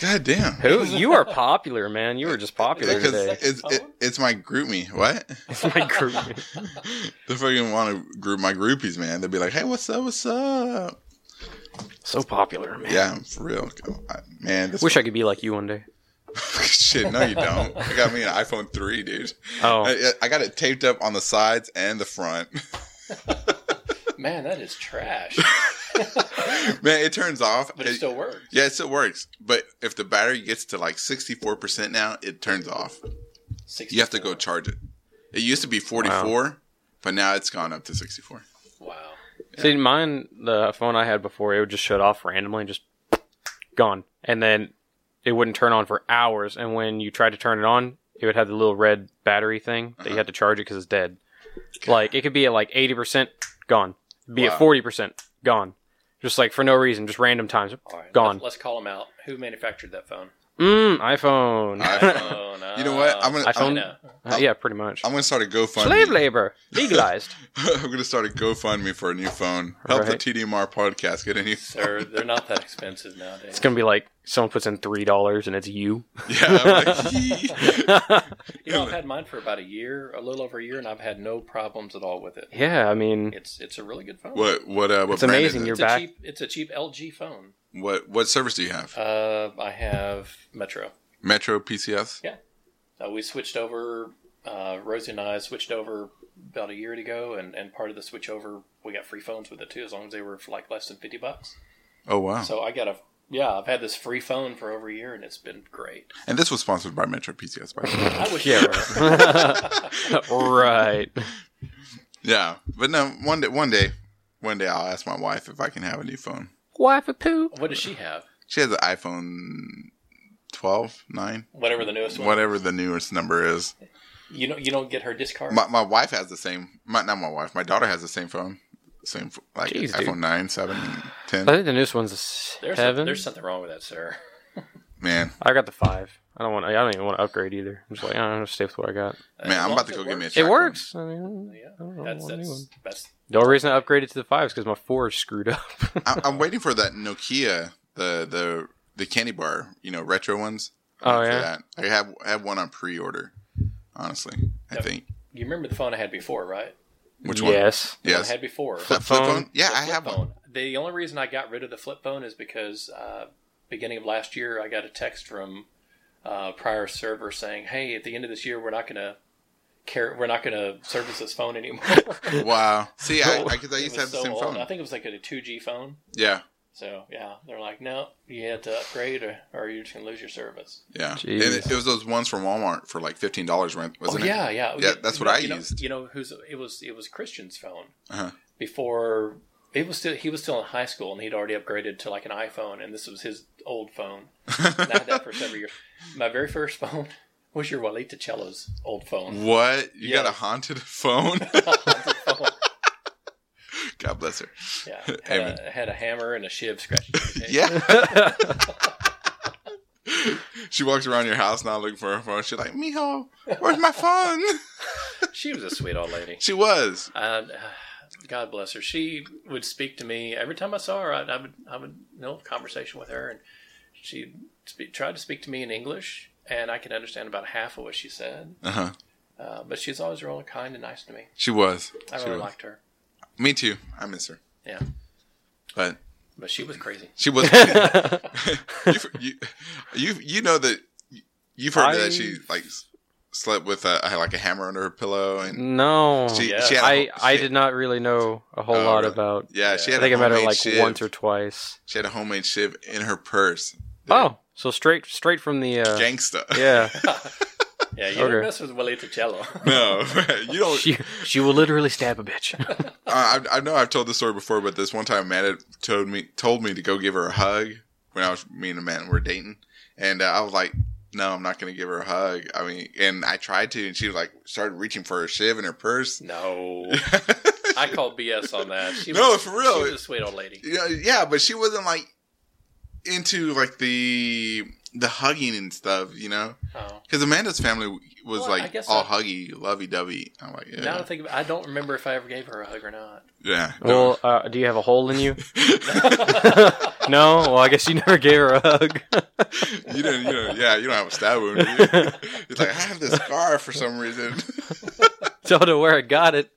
Speaker 3: God damn.
Speaker 2: Who you are popular, man. You were just popular
Speaker 3: Because
Speaker 2: today.
Speaker 3: it's it, it's my group me. What?
Speaker 2: It's my group. me.
Speaker 3: They fucking want to group my groupies, man. They'd be like, "Hey, what's up? What's up?"
Speaker 2: So popular, man.
Speaker 3: Yeah, for real, I, man. This
Speaker 2: Wish I could be like you one day.
Speaker 3: shit. No, you don't. I got me an iPhone three, dude.
Speaker 2: Oh,
Speaker 3: I, I got it taped up on the sides and the front.
Speaker 4: Man, that is trash,
Speaker 3: man, it turns off.
Speaker 4: but it
Speaker 3: It-
Speaker 4: still works.
Speaker 3: yeah, it still works. But if the battery gets to like sixty four percent now, it turns off. You have to go
Speaker 4: 64.
Speaker 3: charge it. It used to be forty four, but now it's gone up to sixty four.
Speaker 4: Wow.
Speaker 2: see, mine the phone I had before it would just shut off randomly and just gone, and then it wouldn't turn on for hours. And when you tried to turn it on, it would have the little red battery thing that you had to charge it because it's dead. Like it could be at like eighty percent gone, be
Speaker 3: Wow.
Speaker 2: at forty percent gone, just like for no reason, just random times
Speaker 4: All right,
Speaker 2: gone.
Speaker 4: Let's, let's call him out. Who manufactured that phone?
Speaker 2: Mm, iPhone.
Speaker 3: iPhone.
Speaker 4: Oh no.
Speaker 3: You know what? I'm gonna
Speaker 2: iPhone?
Speaker 3: I'm,
Speaker 4: No.
Speaker 2: Uh, yeah, pretty much.
Speaker 3: I'm gonna start a GoFundMe.
Speaker 2: Slave labor legalized.
Speaker 3: I'm gonna start a GoFundMe for a new phone. Help
Speaker 2: Right.
Speaker 3: the TDMR podcast get a new.
Speaker 4: They're they're not that expensive nowadays.
Speaker 2: It's gonna be like someone puts in three dollars and it's you.
Speaker 3: Yeah, I'm like, "Yee."
Speaker 4: You know, I've had mine for about a year, a little over a year, and I've had no problems at all with it.
Speaker 2: Yeah, I mean,
Speaker 4: It's it's a really good phone.
Speaker 3: what what uh, what
Speaker 2: It's
Speaker 3: brand Is it?
Speaker 2: amazing, you're-
Speaker 4: It's a
Speaker 2: back.
Speaker 4: cheap it's a cheap LG phone.
Speaker 3: What what service do you have?
Speaker 4: Uh, I have Metro.
Speaker 3: Metro PCS.
Speaker 4: Uh, we switched over. Uh, Rosie and I switched over about a year ago, and, and part of the switch over, we got free phones with it too, as long as they were for like less than fifty bucks.
Speaker 3: Oh wow!
Speaker 4: So I got a yeah, I've had this free phone for over a year, and it's been great.
Speaker 3: and this was sponsored by Metro PCS. By the way.
Speaker 4: I wish
Speaker 2: yeah,
Speaker 4: it were.
Speaker 2: right.
Speaker 3: yeah, but no, one day, one day, one day, I'll ask my wife if I can have a new phone.
Speaker 2: Wife of poo.
Speaker 4: What does she have?
Speaker 3: She has an iPhone 12, 9,
Speaker 4: Whatever the newest one.
Speaker 3: whatever the newest number is.
Speaker 4: You don't you don't get her discard.
Speaker 3: My my wife has the same. My, not my wife. My daughter has the same phone. Same ph- like
Speaker 2: Jeez,
Speaker 3: iPhone
Speaker 2: dude.
Speaker 3: 9, 7, 10.
Speaker 2: I think the newest one's a
Speaker 4: there's some-
Speaker 2: seven.
Speaker 4: there's something wrong with that, sir.
Speaker 3: Man,
Speaker 2: I got the five. I don't want. I don't even want to upgrade either. I'm just like, I don't know, stay with what I got.
Speaker 3: man, I'm
Speaker 4: long
Speaker 3: about to
Speaker 4: as
Speaker 3: go
Speaker 4: it
Speaker 3: get me a.
Speaker 4: works.
Speaker 3: shotgun.
Speaker 2: It works. I mean,
Speaker 4: Yeah,
Speaker 2: I don't know,
Speaker 4: that's
Speaker 2: want a new
Speaker 4: that's
Speaker 2: one.
Speaker 4: that's
Speaker 2: the only reason I upgraded to the five is because my four is screwed up.
Speaker 3: I, I'm waiting for that Nokia, the the the candy bar, you know, retro ones.
Speaker 2: Oh,
Speaker 3: For
Speaker 2: yeah?
Speaker 3: that. I have I have one on pre-order. Honestly, I
Speaker 4: Yep.
Speaker 3: think
Speaker 4: You remember the phone I had before, right?
Speaker 3: which one?
Speaker 2: yes.
Speaker 4: The one
Speaker 3: Yes,
Speaker 4: I had before.
Speaker 3: flip, flip phone.
Speaker 2: phone.
Speaker 3: Yeah,
Speaker 4: The
Speaker 3: I
Speaker 4: flip
Speaker 3: have one.
Speaker 4: phone. The only reason I got rid of the flip phone is because uh, beginning of last year, I got a text from uh, prior server saying, "Hey, at the end of this year, we're not gonna care. We're not gonna service this phone anymore." It
Speaker 3: Wow. See, I because I,
Speaker 4: was
Speaker 3: used to have the
Speaker 4: so
Speaker 3: same
Speaker 4: old.
Speaker 3: phone.
Speaker 4: I think it was like a two G phone.
Speaker 3: Yeah,
Speaker 4: So yeah, they're like, "No, you had to upgrade, or, or you're just gonna lose your service."
Speaker 3: yeah. And
Speaker 2: Jeez.
Speaker 3: it, it was those ones from Walmart for like fifteen dollars, wasn't
Speaker 4: oh,
Speaker 3: it?
Speaker 4: Yeah, yeah,
Speaker 3: Yeah, that's what I
Speaker 4: you know-
Speaker 3: used.
Speaker 4: you know who's it was? It was Christian's phone
Speaker 3: Uh-huh.
Speaker 4: before. It was still he was still in high school and he'd already upgraded to like an iPhone and this was his old phone. And I had that for several years. My very first phone was your Walita Cello's old phone.
Speaker 3: What? You got a
Speaker 4: Yeah.
Speaker 3: haunted phone? God bless her.
Speaker 4: Yeah, had,
Speaker 3: Amen.
Speaker 4: a, had a hammer and a shiv scratching. it.
Speaker 3: Yeah. she walks around your house now looking for her phone. She's like, Mijo, where's my phone?
Speaker 4: she was a sweet old lady.
Speaker 3: She was.
Speaker 4: Uh, God bless her. She would speak to me every time I saw her. I, I would I would you know conversation with her, and she spe- tried to speak to me in English, and I could understand about half of what she said.
Speaker 3: Uh huh.
Speaker 4: Uh, but she's always really kind and nice to me.
Speaker 3: She was.
Speaker 4: I
Speaker 3: she
Speaker 4: really
Speaker 3: was.
Speaker 4: liked her.
Speaker 3: Me too. I miss her.
Speaker 4: Yeah,
Speaker 3: But
Speaker 4: but she was crazy.
Speaker 3: she was. you, you, you, you know that you've heard that she
Speaker 2: I-
Speaker 3: like s- slept with a, had, like a hammer under her pillow
Speaker 2: Mm.
Speaker 3: and
Speaker 2: No,
Speaker 3: she,
Speaker 4: Yeah.
Speaker 3: she had a
Speaker 2: I
Speaker 3: whole-
Speaker 2: I
Speaker 3: she-
Speaker 2: did not really know a whole
Speaker 3: Oh,
Speaker 2: lot
Speaker 3: really?
Speaker 2: about.
Speaker 3: Yeah, she
Speaker 4: Yeah.
Speaker 2: I
Speaker 3: had. a
Speaker 2: think I met her
Speaker 3: homemade
Speaker 2: like
Speaker 3: shiv.
Speaker 2: once or twice.
Speaker 3: She had a homemade shiv in her purse.
Speaker 2: Oh, so straight straight from the uh,
Speaker 3: Gangsta.
Speaker 2: yeah.
Speaker 4: Yeah, you
Speaker 2: Okay.
Speaker 4: don't mess with Walita Cello.
Speaker 3: No, you don't.
Speaker 2: she she will literally stab a bitch.
Speaker 3: I, I I know I've told this story before, but this one time, Matt had told me told me to go give her a hug when I was me and Matt were dating, and uh, I was like, "No, I'm not going to give her a hug." I mean, and I tried to, and she was like started reaching for her shiv in her purse.
Speaker 4: no,
Speaker 3: yeah,
Speaker 4: I called BS on that. She
Speaker 3: No,
Speaker 4: was,
Speaker 3: for real.
Speaker 4: She was a sweet old lady.
Speaker 3: yeah, but she wasn't like into like the the hugging and stuff, you know?
Speaker 4: Oh.
Speaker 3: Because Amanda's family was
Speaker 4: Well, I
Speaker 3: like
Speaker 4: guess
Speaker 3: all
Speaker 4: I-
Speaker 3: huggy, lovey dovey. I'm like,
Speaker 4: Now
Speaker 3: yeah,
Speaker 4: that I think about, I don't remember if I ever gave her a hug or not.
Speaker 3: yeah.
Speaker 2: well, uh, do you have a hole in you? no. Well, I guess you never gave her a hug.
Speaker 3: you don't, you know, yeah, you don't have a stab wound. do you? It's like I have this scar for some reason.
Speaker 2: Don't know where I got it.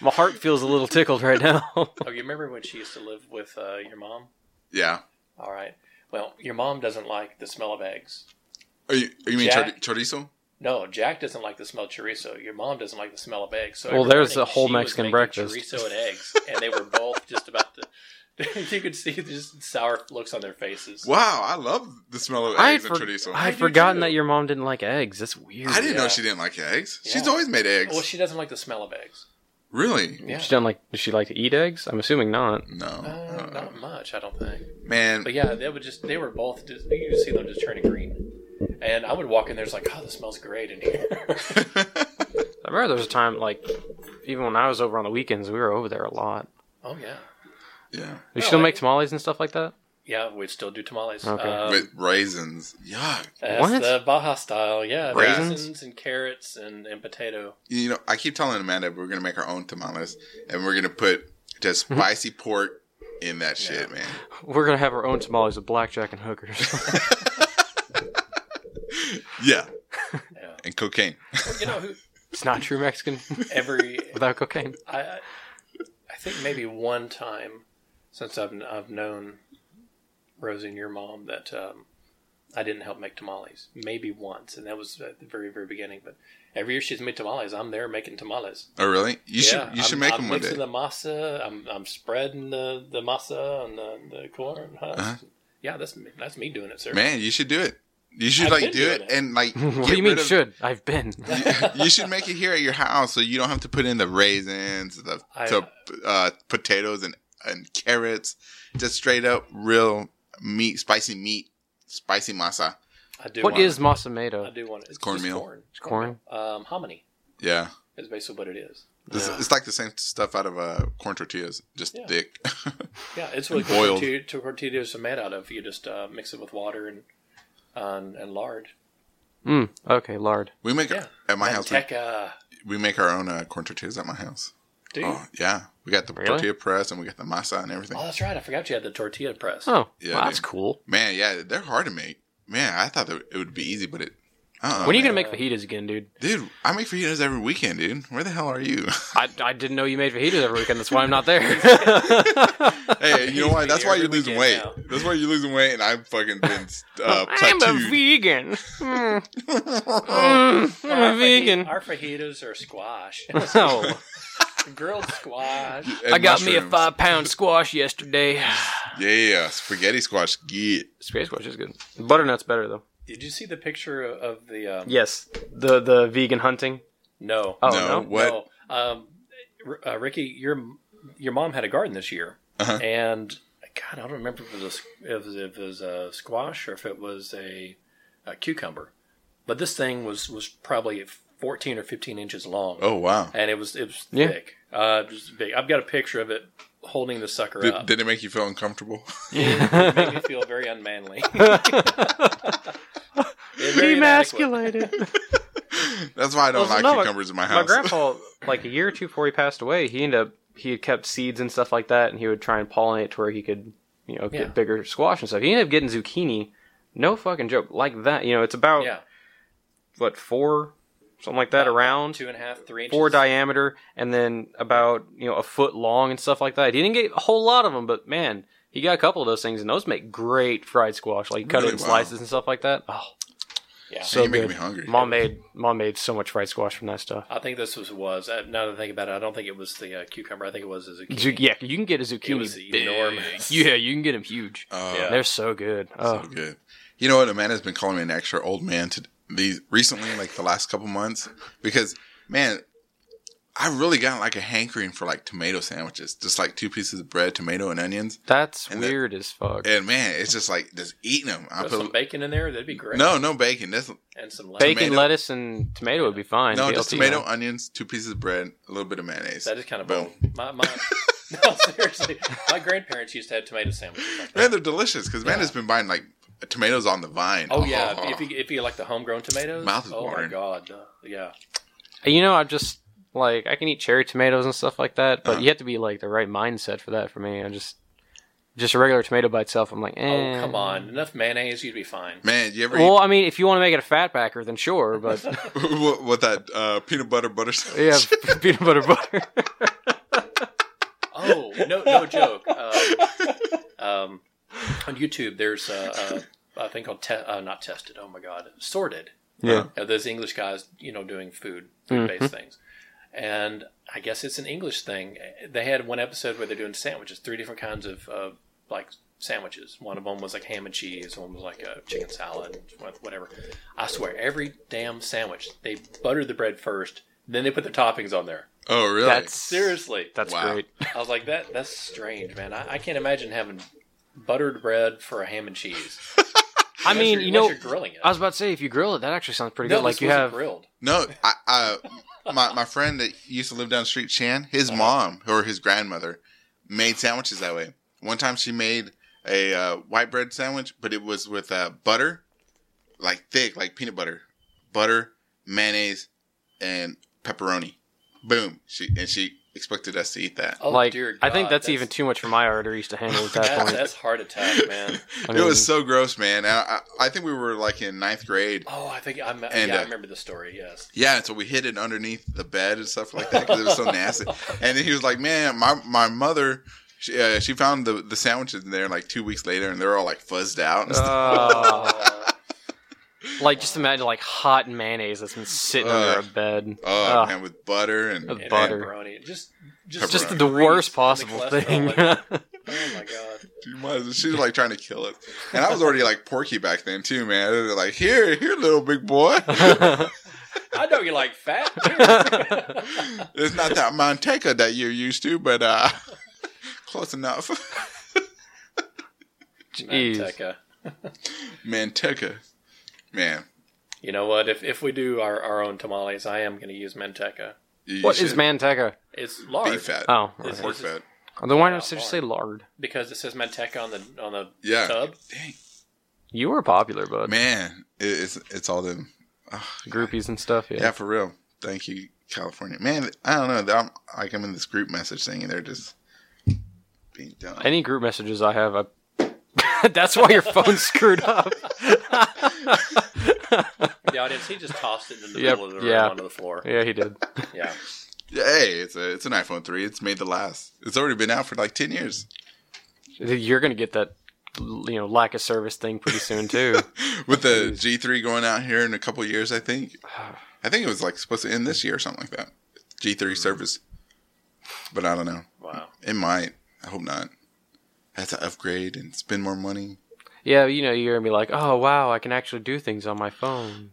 Speaker 2: My heart feels a little tickled right now.
Speaker 4: Oh, you remember when she used to live with uh, your mom?
Speaker 3: yeah.
Speaker 4: All right. Well, your mom doesn't like the smell of eggs.
Speaker 3: Are you, you mean
Speaker 4: Jack-
Speaker 3: chor- chorizo?
Speaker 4: No, Jack doesn't like the smell of chorizo. Your mom doesn't like the smell of eggs. So
Speaker 2: Well,
Speaker 4: every
Speaker 2: there's
Speaker 4: morning
Speaker 2: a whole
Speaker 4: she was
Speaker 2: Mexican
Speaker 4: making
Speaker 2: breakfast.
Speaker 4: Chorizo and eggs, and they were both just about to. you could see just sour looks on their faces.
Speaker 3: Wow, I love the smell of
Speaker 2: I had
Speaker 3: eggs and
Speaker 2: for-
Speaker 3: chorizo.
Speaker 2: I
Speaker 3: I,
Speaker 2: had forgotten that your mom didn't like eggs. That's weird.
Speaker 3: didn't
Speaker 4: Yeah.
Speaker 3: know she didn't like eggs. She's
Speaker 4: Yeah.
Speaker 3: always made eggs.
Speaker 4: Well, she doesn't like the smell of eggs.
Speaker 3: really?
Speaker 4: Yeah.
Speaker 2: She doesn't like. Does she like to eat eggs? I'm assuming not.
Speaker 3: No.
Speaker 4: Uh, not much, I don't think.
Speaker 3: Man,
Speaker 4: But yeah, they would just they were both just you could see them just turning green. And I would walk in there, it's like, oh, this smells great in here.
Speaker 2: I remember there was a time like, even when I was over on the weekends, we were over there a lot.
Speaker 4: oh yeah,
Speaker 3: yeah.
Speaker 2: We
Speaker 4: Well,
Speaker 2: still
Speaker 4: I-
Speaker 2: make tamales and stuff like that.
Speaker 4: yeah, we'd still do tamales.
Speaker 2: Okay.
Speaker 4: Um,
Speaker 3: With raisins. Yuck.
Speaker 4: that's
Speaker 2: What?
Speaker 4: the Baja style, yeah,
Speaker 3: Raisins?
Speaker 4: raisins, and carrots and, and potato.
Speaker 3: You know, I keep telling Amanda we're going to make our own tamales and we're going to put just
Speaker 2: Mm-hmm.
Speaker 3: spicy pork in that shit, man.
Speaker 2: We're gonna have our own tamales of blackjack and hookers.
Speaker 3: Yeah.
Speaker 4: Yeah.
Speaker 3: And cocaine.
Speaker 4: You know who?
Speaker 2: it's not true Mexican
Speaker 4: Every
Speaker 2: without cocaine.
Speaker 4: I, I I think maybe one time since I've I've known Rosie and your mom that um, I didn't help make tamales. Maybe once, and that was at the very very beginning. But every year she's made tamales. I'm there making tamales.
Speaker 3: Oh, really? You should you should
Speaker 4: I'm,
Speaker 3: make
Speaker 4: I'm
Speaker 3: them one day.
Speaker 4: mixing the masa. I'm I'm spreading the, the masa and the, the corn husk.
Speaker 3: Uh-huh.
Speaker 4: Yeah, that's me- that's me doing it, sir.
Speaker 3: Man, you should do it. You should
Speaker 4: I've
Speaker 3: like
Speaker 4: been
Speaker 3: do it,
Speaker 4: doing it.
Speaker 3: and like.
Speaker 2: what
Speaker 3: get
Speaker 2: do you mean
Speaker 3: rid of-
Speaker 2: should? I've been.
Speaker 3: you should make it here at your house, so you don't have to put in the raisins, the
Speaker 4: I-
Speaker 3: to, uh, potatoes, and and carrots. Just straight up real meat, spicy meat, spicy masa.
Speaker 4: I do.
Speaker 2: What
Speaker 4: want,
Speaker 2: is masa made
Speaker 4: I
Speaker 2: of?
Speaker 4: do want it. It's
Speaker 3: Cornmeal.
Speaker 4: Just corn.
Speaker 2: It's corn.
Speaker 4: Um, hominy
Speaker 3: Yeah,
Speaker 4: is basically what it is.
Speaker 3: it's, it's like the same stuff out of uh, corn tortillas, just
Speaker 4: Yeah.
Speaker 3: thick.
Speaker 4: Yeah, it's really
Speaker 3: And
Speaker 4: cool.
Speaker 3: boiled.
Speaker 4: To, to tortillas are made out of. You just uh, mix it with water and and, and lard.
Speaker 2: Mm, okay, lard.
Speaker 3: we make
Speaker 4: Yeah.
Speaker 3: at my house. We,
Speaker 4: Manteca.
Speaker 3: we make our own uh, corn tortillas at my house.
Speaker 4: Do you?
Speaker 3: Oh yeah, we got the
Speaker 2: Really?
Speaker 3: tortilla press and we got the masa and everything.
Speaker 4: Oh, that's right. I forgot you had the tortilla press.
Speaker 2: Oh,
Speaker 3: Yeah,
Speaker 2: well, that's
Speaker 3: dude.
Speaker 2: cool.
Speaker 3: Man, yeah, they're hard to make. Man, I thought that it would be easy, but it. Uh,
Speaker 2: When are you gonna make fajitas again, dude?
Speaker 3: Dude, I make fajitas every weekend, dude. Where the hell are you?
Speaker 2: I, I didn't know you made fajitas every weekend. That's why I'm not there.
Speaker 3: hey, you know why?
Speaker 4: me
Speaker 3: That's why
Speaker 4: every
Speaker 3: you're losing weight.
Speaker 4: weekend
Speaker 3: That's why you're losing weight, and I'm fucking been uh,
Speaker 2: I'm a
Speaker 3: tattooed. Oh.
Speaker 2: vegan. Mm. Mm, I'm a
Speaker 4: faji-
Speaker 2: vegan.
Speaker 4: Our fajitas are squash,
Speaker 2: Oh,
Speaker 4: grilled squash.
Speaker 3: and
Speaker 2: I got me a
Speaker 3: mushrooms.
Speaker 2: five pound squash yesterday.
Speaker 3: Yeah, spaghetti squash. Get
Speaker 2: Space squash is good. Butternut's better though.
Speaker 4: Did you see the picture of the? Um,
Speaker 2: Yes, the the vegan hunting.
Speaker 4: No.
Speaker 2: Oh
Speaker 3: no,
Speaker 2: no,
Speaker 3: what?
Speaker 4: No. Um, R- uh, Ricky, your your mom had a garden this year,
Speaker 3: Uh-huh.
Speaker 4: and God, I don't remember if it was a, if, it was a squash or if it was a, a cucumber, but this thing was was probably fourteen or fifteen inches long.
Speaker 3: Oh wow!
Speaker 4: And it was it was
Speaker 2: Yeah.
Speaker 4: thick, uh, just big. I've got a picture of it holding the sucker
Speaker 3: Did,
Speaker 4: up.
Speaker 3: did it make you feel uncomfortable?
Speaker 4: It made me feel very unmanly. It made inadequate.
Speaker 2: Demasculated.
Speaker 3: That's why I don't
Speaker 2: Well,
Speaker 3: like
Speaker 2: no, my-
Speaker 3: cucumbers in my
Speaker 2: My
Speaker 3: house.
Speaker 2: grandpa, like a year or two before he passed away, he ended up he had kept seeds and stuff like that, and he would try and pollinate to where he could, you know, get
Speaker 4: Yeah.
Speaker 2: bigger squash and stuff. He ended up getting zucchini, no fucking joke, like that. You know, it's about
Speaker 4: yeah,
Speaker 2: what four, something like that, around
Speaker 4: two and a half, three inches.
Speaker 2: four diameter, and then about you know a foot long and stuff like that. He didn't get a whole lot of them, but man, he got a couple of those things, and those make great fried squash. Like you cut
Speaker 3: Really?
Speaker 2: it in
Speaker 3: Wow.
Speaker 2: slices and stuff like that. Oh,
Speaker 4: Yeah.
Speaker 2: so
Speaker 3: You're making
Speaker 2: good.
Speaker 3: me hungry.
Speaker 2: Mom made mom made so much fried squash from that stuff.
Speaker 4: I think this was was uh, now that I think about it. I don't think it was the uh, cucumber. I think it was the zucchini.
Speaker 2: Zu- yeah, you can get a
Speaker 4: It
Speaker 2: zucchini
Speaker 4: was
Speaker 2: big.
Speaker 4: enormous.
Speaker 2: Yeah, you can get them huge.
Speaker 3: Oh,
Speaker 4: Yeah.
Speaker 2: They're so good. Oh,
Speaker 3: so good. You know what? Amanda's been calling me an extra old man to these recently, like the last couple months, because man, I've really gotten like a hankering for like tomato sandwiches, just like two pieces of bread, tomato and onions.
Speaker 2: that's
Speaker 3: And the-
Speaker 2: weird as fuck.
Speaker 3: And man, it's just like just eating them. I
Speaker 4: Put some
Speaker 3: put
Speaker 4: bacon in there. That'd be great.
Speaker 3: no, no bacon. That's
Speaker 4: and some lemon.
Speaker 2: Bacon,
Speaker 3: tomato-
Speaker 2: lettuce, and tomato would be fine.
Speaker 3: no, just
Speaker 2: BLT,
Speaker 3: tomato,
Speaker 2: huh?
Speaker 3: onions, two pieces of bread, a little bit of mayonnaise.
Speaker 4: That is kind of
Speaker 3: Boom.
Speaker 4: bold. My, my, no, seriously, my grandparents used to have tomato sandwiches like
Speaker 3: Man,
Speaker 4: that.
Speaker 3: they're delicious because Amanda's been buying like tomatoes on the vine.
Speaker 4: Oh yeah, if you if you like the homegrown tomatoes,
Speaker 3: Uh-huh. Mouth is
Speaker 4: oh my
Speaker 3: watering.
Speaker 4: god, uh, yeah,
Speaker 2: You know, I just like I can eat cherry tomatoes and stuff like that, but
Speaker 3: Uh-huh.
Speaker 2: you have to be like the right mindset for that. For me, I just just a regular tomato by itself. I'm like, eh.
Speaker 4: Oh come on, enough mayonnaise, you'd be fine.
Speaker 3: man, you ever
Speaker 2: Well, I mean, if you want to make it a fat packer, then sure, but
Speaker 3: eat what, what that uh, peanut butter butter sandwich?
Speaker 2: yeah, peanut butter butter.
Speaker 4: Oh no, no joke. Um, um, on YouTube, there's a, a, a thing called te- uh, not tested. Oh my god, sorted.
Speaker 2: yeah,
Speaker 4: Uh, those English guys, you know, doing food
Speaker 2: Mhm.
Speaker 4: based things, and I guess it's an English thing. They had one episode where they're doing sandwiches, three different kinds of uh, like sandwiches. One of them was like ham and cheese. One was like a chicken salad, wha- whatever. I swear, every damn sandwich they butter the bread first, then they put the toppings on there.
Speaker 3: Oh, really?
Speaker 2: that's
Speaker 4: Seriously,
Speaker 2: That's
Speaker 3: Wow.
Speaker 2: great.
Speaker 4: I was like, that that's strange, man. I, I can't imagine having buttered bread for a ham and cheese.
Speaker 2: I mean,
Speaker 4: you're,
Speaker 2: you know,
Speaker 4: you're grilling it.
Speaker 2: I was about to say if you grill it, that actually sounds pretty
Speaker 4: no,
Speaker 2: good. Like
Speaker 4: this
Speaker 2: you
Speaker 4: wasn't
Speaker 2: have
Speaker 4: grilled.
Speaker 3: No, I, I my my friend that used to live down the street, Chan, his mom or his grandmother made sandwiches that way. One time she made a uh, white bread sandwich, but it was with uh, butter, like thick, like peanut butter, butter, mayonnaise, and pepperoni. Boom! She and she expected us to eat that.
Speaker 4: Oh,
Speaker 2: like
Speaker 4: dear
Speaker 2: I think
Speaker 4: God,
Speaker 2: that's, even too much for my arteries to handle at that
Speaker 4: That,
Speaker 2: point.
Speaker 4: that's heart attack, man.
Speaker 2: I
Speaker 3: it
Speaker 2: mean-
Speaker 3: was so gross, man. And I, I I think we were like in ninth grade.
Speaker 4: Oh, I think I'm,
Speaker 3: And,
Speaker 4: yeah,
Speaker 3: uh,
Speaker 4: I remember the story. Yes,
Speaker 3: Yeah, and so we hid it underneath the bed and stuff like that because it was so nasty. And then he was like, "Man, my my mother, she, uh, she found the the sandwiches in there like two weeks later, and they're all like fuzzed out." And stuff.
Speaker 2: Uh,
Speaker 4: Uh,
Speaker 2: like just imagine like hot mayonnaise that's been sitting under a
Speaker 3: Ugh.
Speaker 2: bed.
Speaker 3: Oh
Speaker 2: Ugh.
Speaker 3: man, with butter and,
Speaker 2: uh, With
Speaker 4: and
Speaker 2: butter.
Speaker 4: pepperoni. just just,
Speaker 3: Pepperoni.
Speaker 2: just
Speaker 3: Right.
Speaker 2: the worst
Speaker 4: grease,
Speaker 2: possible
Speaker 4: the
Speaker 2: thing.
Speaker 4: cholesterol, like- oh my god,
Speaker 3: She was, she was like trying to kill us, and I was already like porky back then too, man. They were like, "Here, here, little big boy,
Speaker 4: I know you like fat. too.
Speaker 3: it's not that manteca that you're used to, but uh, close enough."
Speaker 2: Jeez.
Speaker 4: Manteca.
Speaker 3: manteca, man.
Speaker 4: You know what? If if we do our, our own tamales, I am going to use manteca.
Speaker 3: You
Speaker 2: What
Speaker 3: should Uh,
Speaker 2: is manteca?
Speaker 4: It's lard
Speaker 3: Beef fat,
Speaker 2: Oh,
Speaker 4: This
Speaker 2: okay.
Speaker 3: pork
Speaker 4: is-
Speaker 3: fat.
Speaker 2: then why
Speaker 4: yeah,
Speaker 2: not just say lard?
Speaker 4: because it says manteca on the on the
Speaker 3: Yeah.
Speaker 4: tub.
Speaker 3: Dang.
Speaker 2: You were popular, bud.
Speaker 3: Man, it, it's it's all them. Ah,
Speaker 2: Groupies and stuff. Yeah.
Speaker 3: yeah, for real. Thank you, California. Man, I don't know. I'm like I'm in this group message thing, and they're just being dumb.
Speaker 2: Any group messages I have, I... that's why your phone's screwed up.
Speaker 4: The audience, he just tossed it in the
Speaker 2: Yep,
Speaker 4: middle of the room
Speaker 2: yeah.
Speaker 4: onto the floor.
Speaker 2: yeah, he did.
Speaker 4: Yeah,
Speaker 3: Yeah, hey, it's a it's an iPhone three. It's made the last. It's already been out for like ten years.
Speaker 2: You're gonna get that, you know, lack of service thing pretty soon too.
Speaker 3: With the G three going out here in a couple years, I think. I think it was like supposed to end this year or something like that. G three
Speaker 2: Mm-hmm.
Speaker 3: service, but I don't know.
Speaker 4: wow.
Speaker 3: It might. I hope not. I have to upgrade and spend more money.
Speaker 2: yeah, you know, you're gonna be like, oh wow, I can actually do things on my phone.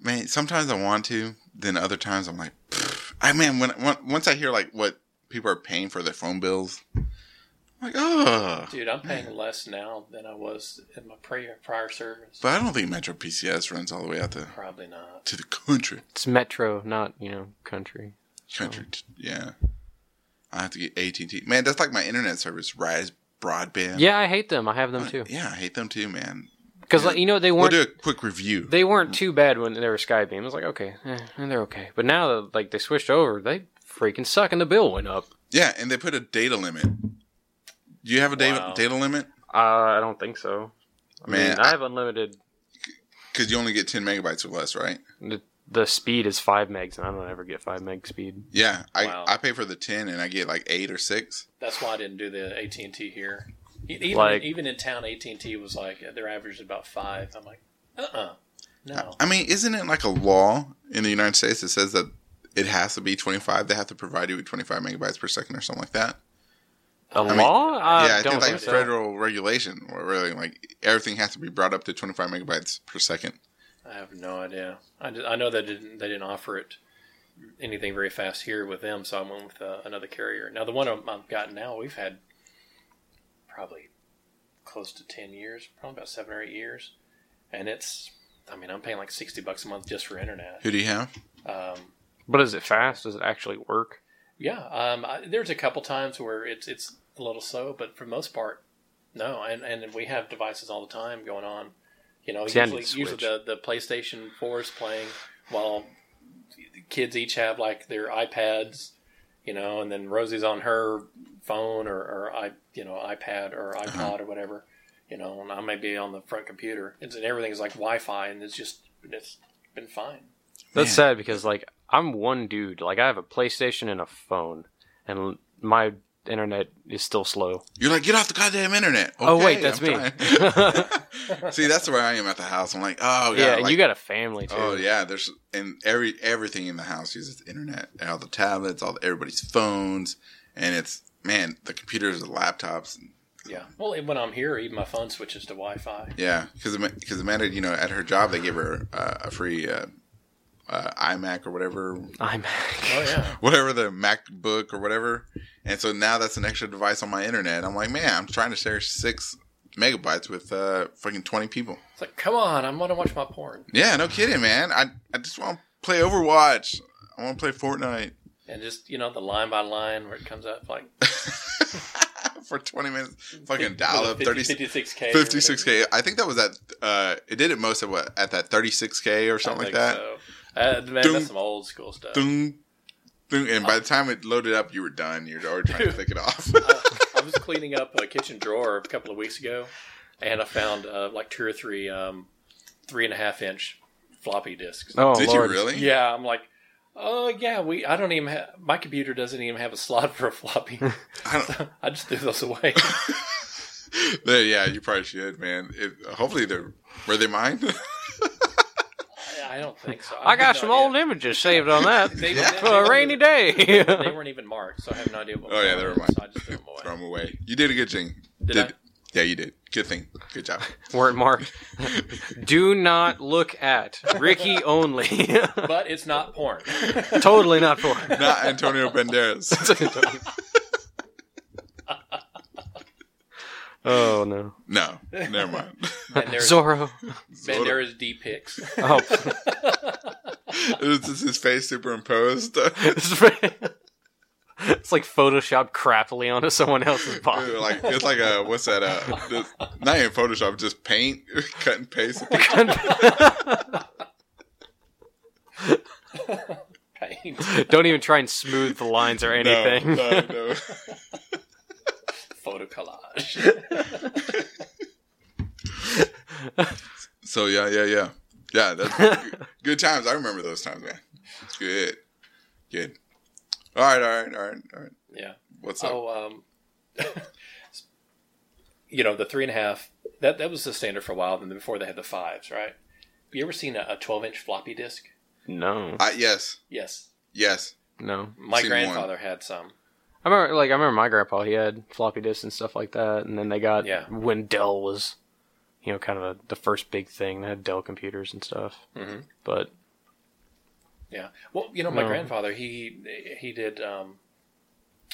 Speaker 3: man sometimes i want to then other times i'm like pfft. i mean when, when once i hear like what people are paying for their phone bills I'm like oh
Speaker 4: Dude, I'm paying less now than I was in my prior prior service.
Speaker 3: but i don't think metro pcs runs all the way out to,
Speaker 4: Probably not.
Speaker 3: to the country
Speaker 2: It's metro, not you know, country.
Speaker 3: country t-
Speaker 2: Oh.
Speaker 3: yeah i have to get at&t man that's like my internet service rise broadband
Speaker 2: Yeah, I hate them. I have them
Speaker 3: I-
Speaker 2: too.
Speaker 3: yeah i hate them too man
Speaker 2: Because like, you know they
Speaker 3: We'll
Speaker 2: weren't
Speaker 3: do a quick review.
Speaker 2: they weren't too bad when they were Skybeam. I was like, okay, eh, they're okay. But now like they switched over, they freaking suck, and the bill went up.
Speaker 3: yeah, and they put a data limit. Do you have a data,
Speaker 4: Wow.
Speaker 3: data limit?
Speaker 2: Uh, I don't think so. I
Speaker 3: Man,
Speaker 2: mean, I have unlimited.
Speaker 3: Because you only get 10 megabytes or less, right?
Speaker 2: The, the speed is five megs, and I don't ever get five meg speed.
Speaker 3: Yeah, I,
Speaker 4: Wow.
Speaker 3: I pay for the 10 and I get like 8 or 6.
Speaker 4: That's why I didn't do the AT and T here. E- Even
Speaker 2: Like-
Speaker 4: even in town, AT and T was like uh, their average is about five. I'm like, uh, uh no.
Speaker 3: I mean, isn't it like a law in the United States that says that it has to be 25? They have to provide you with 25 megabytes per second or something like that?
Speaker 2: A
Speaker 3: mean,
Speaker 2: law? I
Speaker 3: yeah, I think
Speaker 2: don't think,
Speaker 3: like
Speaker 2: so.
Speaker 3: federal regulation where really like everything has to be brought up to 25 megabytes per second.
Speaker 4: I have no idea. I, ju- I know they didn't they didn't offer it anything very fast here with them, so I went with uh, another carrier. Now the one I'm- I've got now, we've had probably close to ten years, probably about seven or eight years, and it's. I mean, I'm paying like sixty bucks a month just for internet.
Speaker 3: Who do you have?
Speaker 4: Um,
Speaker 2: But is it fast? Does it actually work?
Speaker 4: Yeah, um, I, there's a couple times where it's it's a little slow, but for the most part, no. And and we have devices all the time going on. You know,
Speaker 2: See, I need
Speaker 4: usually
Speaker 2: to
Speaker 4: usually
Speaker 2: switch.
Speaker 4: the, the PlayStation Four is playing while the kids each have like their iPads, you know, and then Rosie's on her phone or, or i you know iPad or iPod or whatever, you know, and I may be on the front computer. It's and everything's like Wi-Fi, and it's just it's been fine.
Speaker 2: That's
Speaker 3: Man.
Speaker 2: sad because like I'm one dude. Like I have a PlayStation and a phone, and l- my internet is still slow.
Speaker 3: You're like, get off the goddamn internet.
Speaker 2: oh wait,
Speaker 3: Okay,
Speaker 2: that's
Speaker 3: I'm
Speaker 2: me.
Speaker 3: trying. See, that's where I am at the house. I'm like, oh god,
Speaker 2: yeah, and
Speaker 3: like,
Speaker 2: you got a family too.
Speaker 3: Oh yeah, there's and every everything in the house uses the internet. And all the tablets, all everybody's phones, and it's man, the computers, the laptops, and
Speaker 4: Yeah. Well, and when I'm here, even my phone switches to Wi-Fi.
Speaker 3: yeah, because because Amanda, you know, at her job they gave her uh, a free uh, uh, iMac or whatever
Speaker 2: I'm.
Speaker 4: Oh yeah.
Speaker 3: whatever the MacBook or whatever. And so now that's an extra device on my internet. I'm like, man, I'm trying to share six megabytes with uh freaking twenty people.
Speaker 4: It's like, come on, I'm gonna watch my porn.
Speaker 3: Yeah, no kidding, man. I I just want to play Overwatch. I want to play Fortnite
Speaker 4: And just you know, the line by line where it comes up like
Speaker 3: for twenty minutes. Fucking dial up 30,
Speaker 4: 56 k
Speaker 3: 56k. I think that was at uh, it did it most at what at that 36k or something like that.
Speaker 4: So. Uh, man,
Speaker 3: Doom.
Speaker 4: that's some old school stuff.
Speaker 3: Dun, dun. And
Speaker 4: Oh.
Speaker 3: by the time it loaded up, you were done. You were already trying to
Speaker 4: Dude.
Speaker 3: click it off.
Speaker 4: I was cleaning up a kitchen drawer a couple of weeks ago, and I found uh, like two or three um, three and a half inch floppy disks.
Speaker 2: Oh
Speaker 3: did
Speaker 2: lord.
Speaker 3: you really?
Speaker 4: Yeah, I'm like, oh yeah, we. I don't even have my computer doesn't even have a slot for a floppy.
Speaker 3: I don't,
Speaker 4: I just threw those away.
Speaker 3: Yeah, yeah, you probably should, man. It, hopefully they're were they mine?
Speaker 4: I don't think so.
Speaker 2: I
Speaker 4: have
Speaker 2: got
Speaker 4: no
Speaker 2: some
Speaker 4: idea.
Speaker 2: old images saved on that
Speaker 4: They- they-
Speaker 2: for a
Speaker 4: they-
Speaker 2: rainy
Speaker 4: They
Speaker 2: day.
Speaker 4: weren't even marked, so I have no idea what.
Speaker 3: Oh, yeah, they were marked.
Speaker 4: So I just threw them away.
Speaker 3: Throw 'em away. You did a good thing.
Speaker 4: Did I?
Speaker 3: Yeah, you did. Good thing. Good job.
Speaker 2: Weren't marked. Do not look at Ricky only.
Speaker 4: but it's not porn.
Speaker 2: totally not for.
Speaker 3: Not Antonio Banderas.
Speaker 2: oh no.
Speaker 3: No, never mind.
Speaker 4: and there's
Speaker 2: Zorro.
Speaker 4: and there is D pics.
Speaker 2: Oh.
Speaker 3: It was just his face superimposed. It
Speaker 2: It's very- it's like photoshopped crappily onto someone else's body.
Speaker 3: was like it's like a what's that? Uh, this, not even Photoshop, just paint, cut and paste.
Speaker 4: Paint.
Speaker 2: Don't even try and smooth the lines or anything.
Speaker 3: No, no, no.
Speaker 4: Photo collage.
Speaker 3: So yeah, yeah, yeah, yeah. That's good times. I remember those times, man. Good, good. All right, all right, all right, all right.
Speaker 4: Yeah.
Speaker 3: What's up?
Speaker 4: So, um, you know, the three and a half that that was the standard for a while. Then before they had the fives, right? You ever seen a twelve inch floppy disk?
Speaker 2: No,
Speaker 3: I, yes,
Speaker 4: Yes,
Speaker 3: yes.
Speaker 2: no.
Speaker 4: my
Speaker 3: Seen one.
Speaker 4: grandfather had some.
Speaker 2: I remember, like, I remember my grandpa. He had floppy disks and stuff like that, and then they got
Speaker 4: Yeah.
Speaker 2: when Dell was, you know, kind of the, the first big thing. They had Dell computers and stuff.
Speaker 4: Mhm.
Speaker 2: But
Speaker 4: Yeah. Well, you know, my
Speaker 2: No.
Speaker 4: grandfather he he did. Um,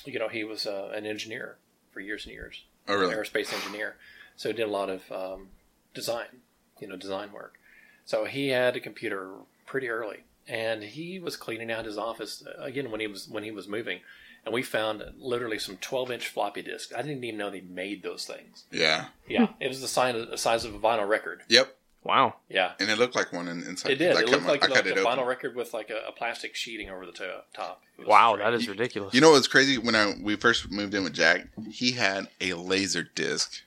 Speaker 4: you know, he was uh, an engineer for years and years.
Speaker 3: Oh, really?
Speaker 4: aerospace engineer. So he did a lot of um, design, you know, design work. So he had a computer pretty early, and he was cleaning out his office uh, again when he was when he was moving, and we found literally some 12 inch floppy disks. I didn't even know they made those things.
Speaker 3: Yeah.
Speaker 4: Yeah, it was the size of, the size of a vinyl record.
Speaker 3: Yep.
Speaker 2: Wow.
Speaker 4: Yeah,
Speaker 3: And it looked like one in, inside.
Speaker 4: it did.
Speaker 3: I
Speaker 4: it
Speaker 3: cut
Speaker 4: looked
Speaker 3: my-
Speaker 4: like,
Speaker 3: I cut
Speaker 4: like a
Speaker 3: it open.
Speaker 4: vinyl record with like a, a plastic sheeting over the to- top. It was
Speaker 2: Wow,
Speaker 4: great.
Speaker 2: that is ridiculous.
Speaker 3: You know what's crazy? When I we first moved in with Jack, he had a laser disc.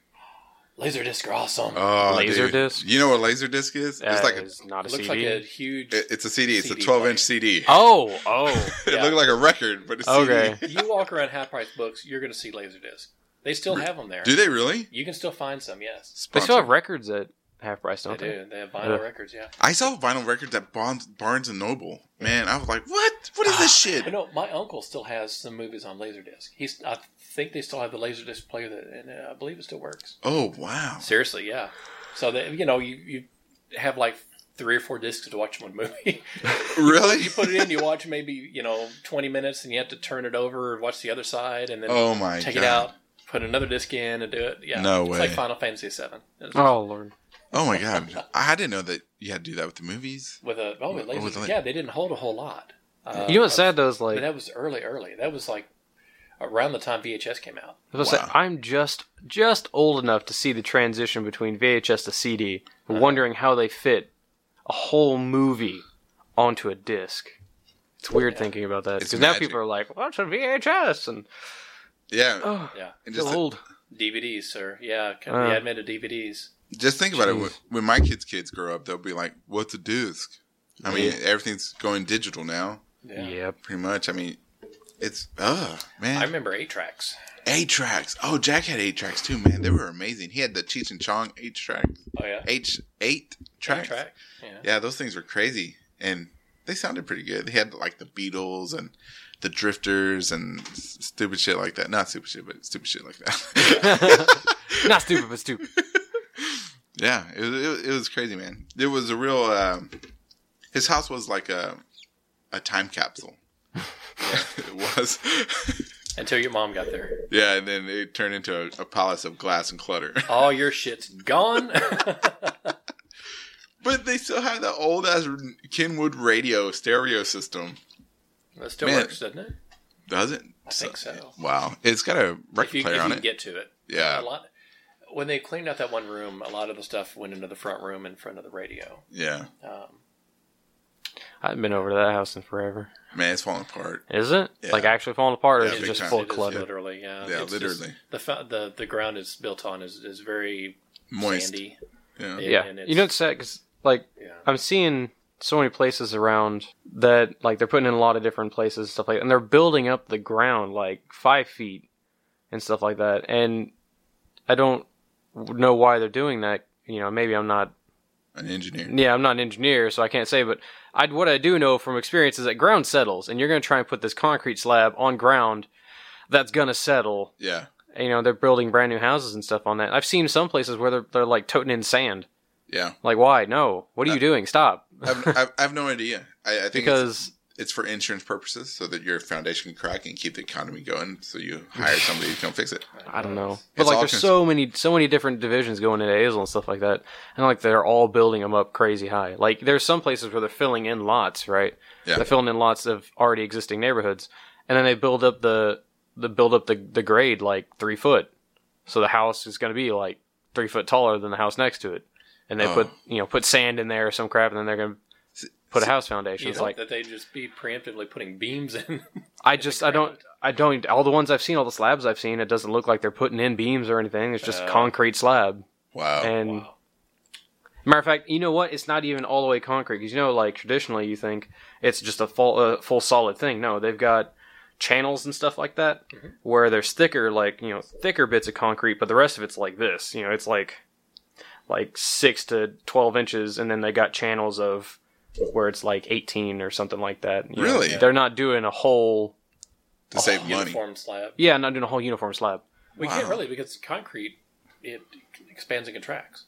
Speaker 4: laser disc are awesome.
Speaker 3: Oh,
Speaker 2: Laser
Speaker 3: dude.
Speaker 2: disc?
Speaker 3: You know what laser disc is?
Speaker 2: That
Speaker 3: it's like a,
Speaker 2: is not a
Speaker 4: it
Speaker 2: CD.
Speaker 4: looks like a huge.
Speaker 3: it- it's a CD. It's a
Speaker 4: CD
Speaker 3: 12 inch CD.
Speaker 2: Oh, oh.
Speaker 3: It
Speaker 4: yeah.
Speaker 3: looked like a record, but it's
Speaker 2: Okay.
Speaker 3: CD.
Speaker 4: you walk around half price books, you're going to see laser disc. They still have them there.
Speaker 3: Do they really?
Speaker 4: You can still find some. Yes,
Speaker 2: they still have
Speaker 3: Sponsor.
Speaker 2: records at half price,
Speaker 4: they
Speaker 2: don't they?
Speaker 4: do. They have vinyl
Speaker 2: Yeah.
Speaker 4: records. Yeah.
Speaker 3: I saw vinyl records at Barnes, Barnes and Noble. Man, I was like, what? What is this shit?
Speaker 4: You know, my uncle still has some movies on Laserdisc. He's, I think they still have the Laserdisc player that, and uh, I believe it still works.
Speaker 3: Oh wow.
Speaker 4: Seriously, yeah. So that you know, you, you have like three or four discs to watch one movie.
Speaker 3: Really?
Speaker 4: you put it in, you watch maybe you know twenty minutes, and you have to turn it over, watch the other side, and then
Speaker 3: Oh my
Speaker 4: take
Speaker 3: god.
Speaker 4: it out, put another disc in, and do it. Yeah,
Speaker 3: No
Speaker 4: it's
Speaker 3: way.
Speaker 4: like Final Fantasy Seven
Speaker 2: Oh lord.
Speaker 3: Oh my god. I didn't know that you had to do that with the movies.
Speaker 4: with a oh, with
Speaker 3: With
Speaker 4: Laserdisc.
Speaker 3: like-
Speaker 4: yeah, they didn't hold a whole lot. Uh,
Speaker 2: you know what's
Speaker 4: of-
Speaker 2: sad though is
Speaker 4: but
Speaker 2: like
Speaker 4: that was early, early. That was like around the time VHS came out.
Speaker 2: I was gonna say,
Speaker 3: Wow.
Speaker 2: I'm just just old enough to see the transition between VHS to CD,
Speaker 3: Uh-huh.
Speaker 2: wondering how they fit a whole movie onto a disc. It's weird thinking about that
Speaker 3: It's
Speaker 2: because now
Speaker 3: magic.
Speaker 2: people are like, "What's a VHS?" and
Speaker 3: Yeah.
Speaker 2: oh,
Speaker 4: Yeah.
Speaker 3: and
Speaker 2: so
Speaker 3: just
Speaker 2: old.
Speaker 4: DVDs, sir. Yeah, c-
Speaker 2: Uh.
Speaker 4: the advent of DVDs.
Speaker 3: just think about it.
Speaker 2: Jeez.
Speaker 3: When- When my kids' kids grow up, they'll be like, "What's a disc?" I mean, everything's going digital now,
Speaker 4: Yeah.
Speaker 2: Yep.
Speaker 3: pretty much. I mean, it's uh man.
Speaker 4: I remember eight tracks.
Speaker 3: Eight tracks. Oh, Jack had eight tracks too, man. They were amazing. He had the Cheech and Chong eight tracks.
Speaker 4: Oh yeah,
Speaker 3: H eight
Speaker 4: eight
Speaker 3: tracks.
Speaker 4: track. Yeah.
Speaker 3: Yeah, those things were crazy, and they sounded pretty good. They had like the Beatles and the Drifters and s- stupid shit like that. Not stupid shit, but stupid shit like that.
Speaker 2: Not stupid, but stupid.
Speaker 3: yeah, it was, it was- it was crazy, man. It was a real. Um, his house was like a a time capsule. Yeah, it was.
Speaker 4: Until your mom got there,
Speaker 3: yeah, and then it turned into a, a palace of glass and clutter.
Speaker 4: all your shit's gone.
Speaker 3: But they still have the old ass Kenwood radio stereo system,
Speaker 4: that still
Speaker 3: Man.
Speaker 4: works, doesn't it?
Speaker 3: does it?
Speaker 4: I think so.
Speaker 3: Wow, it's got a
Speaker 4: If
Speaker 3: record
Speaker 4: you,
Speaker 3: player
Speaker 4: if
Speaker 3: on
Speaker 4: you
Speaker 3: it.
Speaker 4: can get to it.
Speaker 3: yeah,
Speaker 4: A lot. When they cleaned out that one room, a lot of the stuff went into the front room in front of the radio.
Speaker 3: yeah.
Speaker 4: Um,
Speaker 2: I haven't been over to that house in forever.
Speaker 3: Man, it's falling apart.
Speaker 2: Is it?
Speaker 3: Yeah.
Speaker 2: Like actually falling apart, or
Speaker 3: Yeah,
Speaker 2: is it
Speaker 3: big
Speaker 2: just
Speaker 3: time.
Speaker 2: full
Speaker 4: it
Speaker 2: of
Speaker 4: is
Speaker 2: clutter?
Speaker 4: literally, yeah.
Speaker 3: Yeah,
Speaker 4: It's just-
Speaker 3: literally.
Speaker 4: the, fa- the the ground it's built on is, is very
Speaker 3: Moist.
Speaker 4: sandy.
Speaker 3: Yeah.
Speaker 4: Yeah.
Speaker 2: Yeah.
Speaker 4: And
Speaker 2: You know
Speaker 4: it's-
Speaker 2: what's sad? Because like
Speaker 4: Yeah.
Speaker 2: I'm seeing so many places around that like they're putting in a lot of different places stuff like and they're building up the ground like five feet and stuff like that and I don't know why they're doing that you know maybe I'm not
Speaker 3: An engineer.
Speaker 2: yeah I'm not an engineer so I can't say but I what I do know from experience is that ground settles and you're gonna try and put this concrete slab on ground that's gonna settle
Speaker 3: Yeah,
Speaker 2: you know they're building brand new houses and stuff on that I've seen some places where they're they're like toting in sand
Speaker 3: yeah.
Speaker 2: like why no what are you doing stop
Speaker 3: I've, I've, I've no idea. I, I think it's,
Speaker 2: because
Speaker 3: it's for insurance purposes, so that your foundation can crack and keep the economy going. So you hire somebody to come fix it.
Speaker 2: I don't know.
Speaker 4: It's-
Speaker 2: But
Speaker 3: all
Speaker 2: like, there's
Speaker 3: cons-
Speaker 2: so many, so many different divisions going into Azle and stuff like that, and like they're all building them up crazy high. Like there's some places where they're filling in lots, right?
Speaker 3: Yeah.
Speaker 2: They're filling in lots of already existing neighborhoods, and then they build up the, the build up the the grade like three foot, so the house is going to be like three foot taller than the house next to it, and they
Speaker 3: Oh.
Speaker 2: put you know put sand in there or some crap, and then they're going to put a house foundation.
Speaker 4: You'd
Speaker 2: It's
Speaker 4: hope
Speaker 2: like
Speaker 4: that they'd just be preemptively putting beams in.
Speaker 2: I just I don't I don't all the ones I've seen all the slabs I've seen it doesn't look like they're putting in beams or anything. It's just
Speaker 4: Uh. oh,
Speaker 2: concrete slab.
Speaker 3: Wow.
Speaker 2: And
Speaker 4: wow.
Speaker 2: matter of fact, you know what? It's not even all the way concrete because you know, like traditionally, you think it's just a full, uh, full solid thing. No, they've got channels and stuff like that
Speaker 4: Mm-hmm.
Speaker 2: where there's thicker, like you know, thicker bits of concrete, but the rest of it's like this. You know, it's like like six to twelve inches, and then they got channels of where it's like eighteen or something like that. you know.
Speaker 3: Really?
Speaker 2: they're not doing a whole.
Speaker 3: to save money.
Speaker 4: Uniform slab.
Speaker 2: Yeah, not doing a whole uniform slab.
Speaker 4: We
Speaker 3: Wow.
Speaker 4: can't really because concrete it expands and contracts.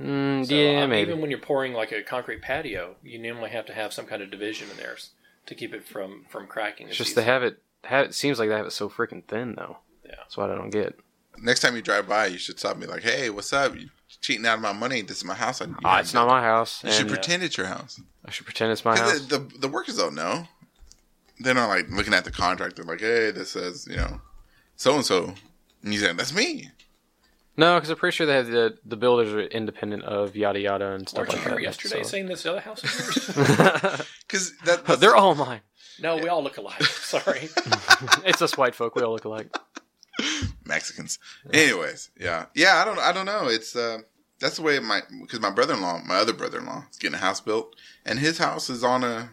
Speaker 2: Mm,
Speaker 4: So,
Speaker 2: yeah,
Speaker 4: um,
Speaker 2: maybe.
Speaker 4: Even when you're pouring like a concrete patio, you normally have to have some kind of division in there s- to keep it from from cracking.
Speaker 2: It's just they have it. Have, it seems like they have it so freaking thin though.
Speaker 4: Yeah.
Speaker 2: That's what I don't get.
Speaker 3: Next time you drive by, you should stop me like, "Hey, what's up? You cheating out of my money? This is my house. I, you
Speaker 2: Ah, it's not my house.
Speaker 4: uh,
Speaker 3: You should
Speaker 2: and-
Speaker 3: pretend it's your house.
Speaker 2: I should pretend it's my
Speaker 3: 'Cause
Speaker 2: house.
Speaker 3: The, the the workers don't know. they're not like looking at the contract. They're like, hey, this says you know, so and so, and he's like, that's me.
Speaker 2: No, because I'm pretty sure they have the the builders are independent of yada yada and stuff
Speaker 4: Weren't you
Speaker 2: like
Speaker 4: here
Speaker 2: that.
Speaker 4: yesterday
Speaker 2: so-
Speaker 4: saying this other house is yours?
Speaker 3: Because that, that's-
Speaker 2: They're all mine.
Speaker 4: no, we all look alike. Sorry.
Speaker 2: It's us white folk. We all look alike.
Speaker 3: Mexicans. Anyways, yeah, yeah. I don't, I don't know. It's uh, that's the way my because my brother in law, my other brother in law, is getting a house built, and his house is on a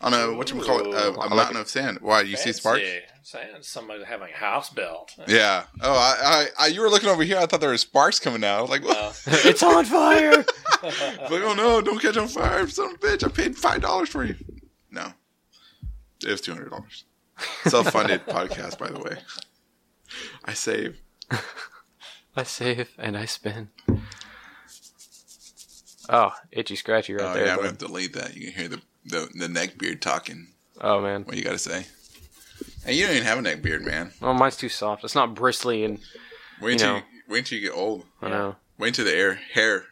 Speaker 3: on a what you call it a,
Speaker 4: Ooh.
Speaker 3: a mountain of sand. Why you see sparks?
Speaker 4: Fancy. Saying somebody having a house built.
Speaker 3: Yeah. Oh, I, I, I, you were looking over here. I thought there were sparks coming out. I was like, what?
Speaker 4: Uh,
Speaker 2: It's on fire.
Speaker 3: It's like, oh no, don't catch on fire, son of a bitch. I paid five dollars for you. No. It was two hundred dollars. Self funded podcast, by the way. I save.
Speaker 2: I save and I spin. Oh, itchy scratchy right
Speaker 3: Oh
Speaker 2: there.
Speaker 3: yeah, I'm
Speaker 2: bud.
Speaker 3: gonna delete that. You can hear the, the, the neck beard talking.
Speaker 2: Oh man.
Speaker 3: What you gotta say. And you don't even have a neck beard, man.
Speaker 2: Oh, mine's too soft. It's not bristly and
Speaker 3: Wait
Speaker 2: You
Speaker 3: until
Speaker 2: know.
Speaker 3: you, wait until you get old.
Speaker 2: I know.
Speaker 3: Wait until the air hair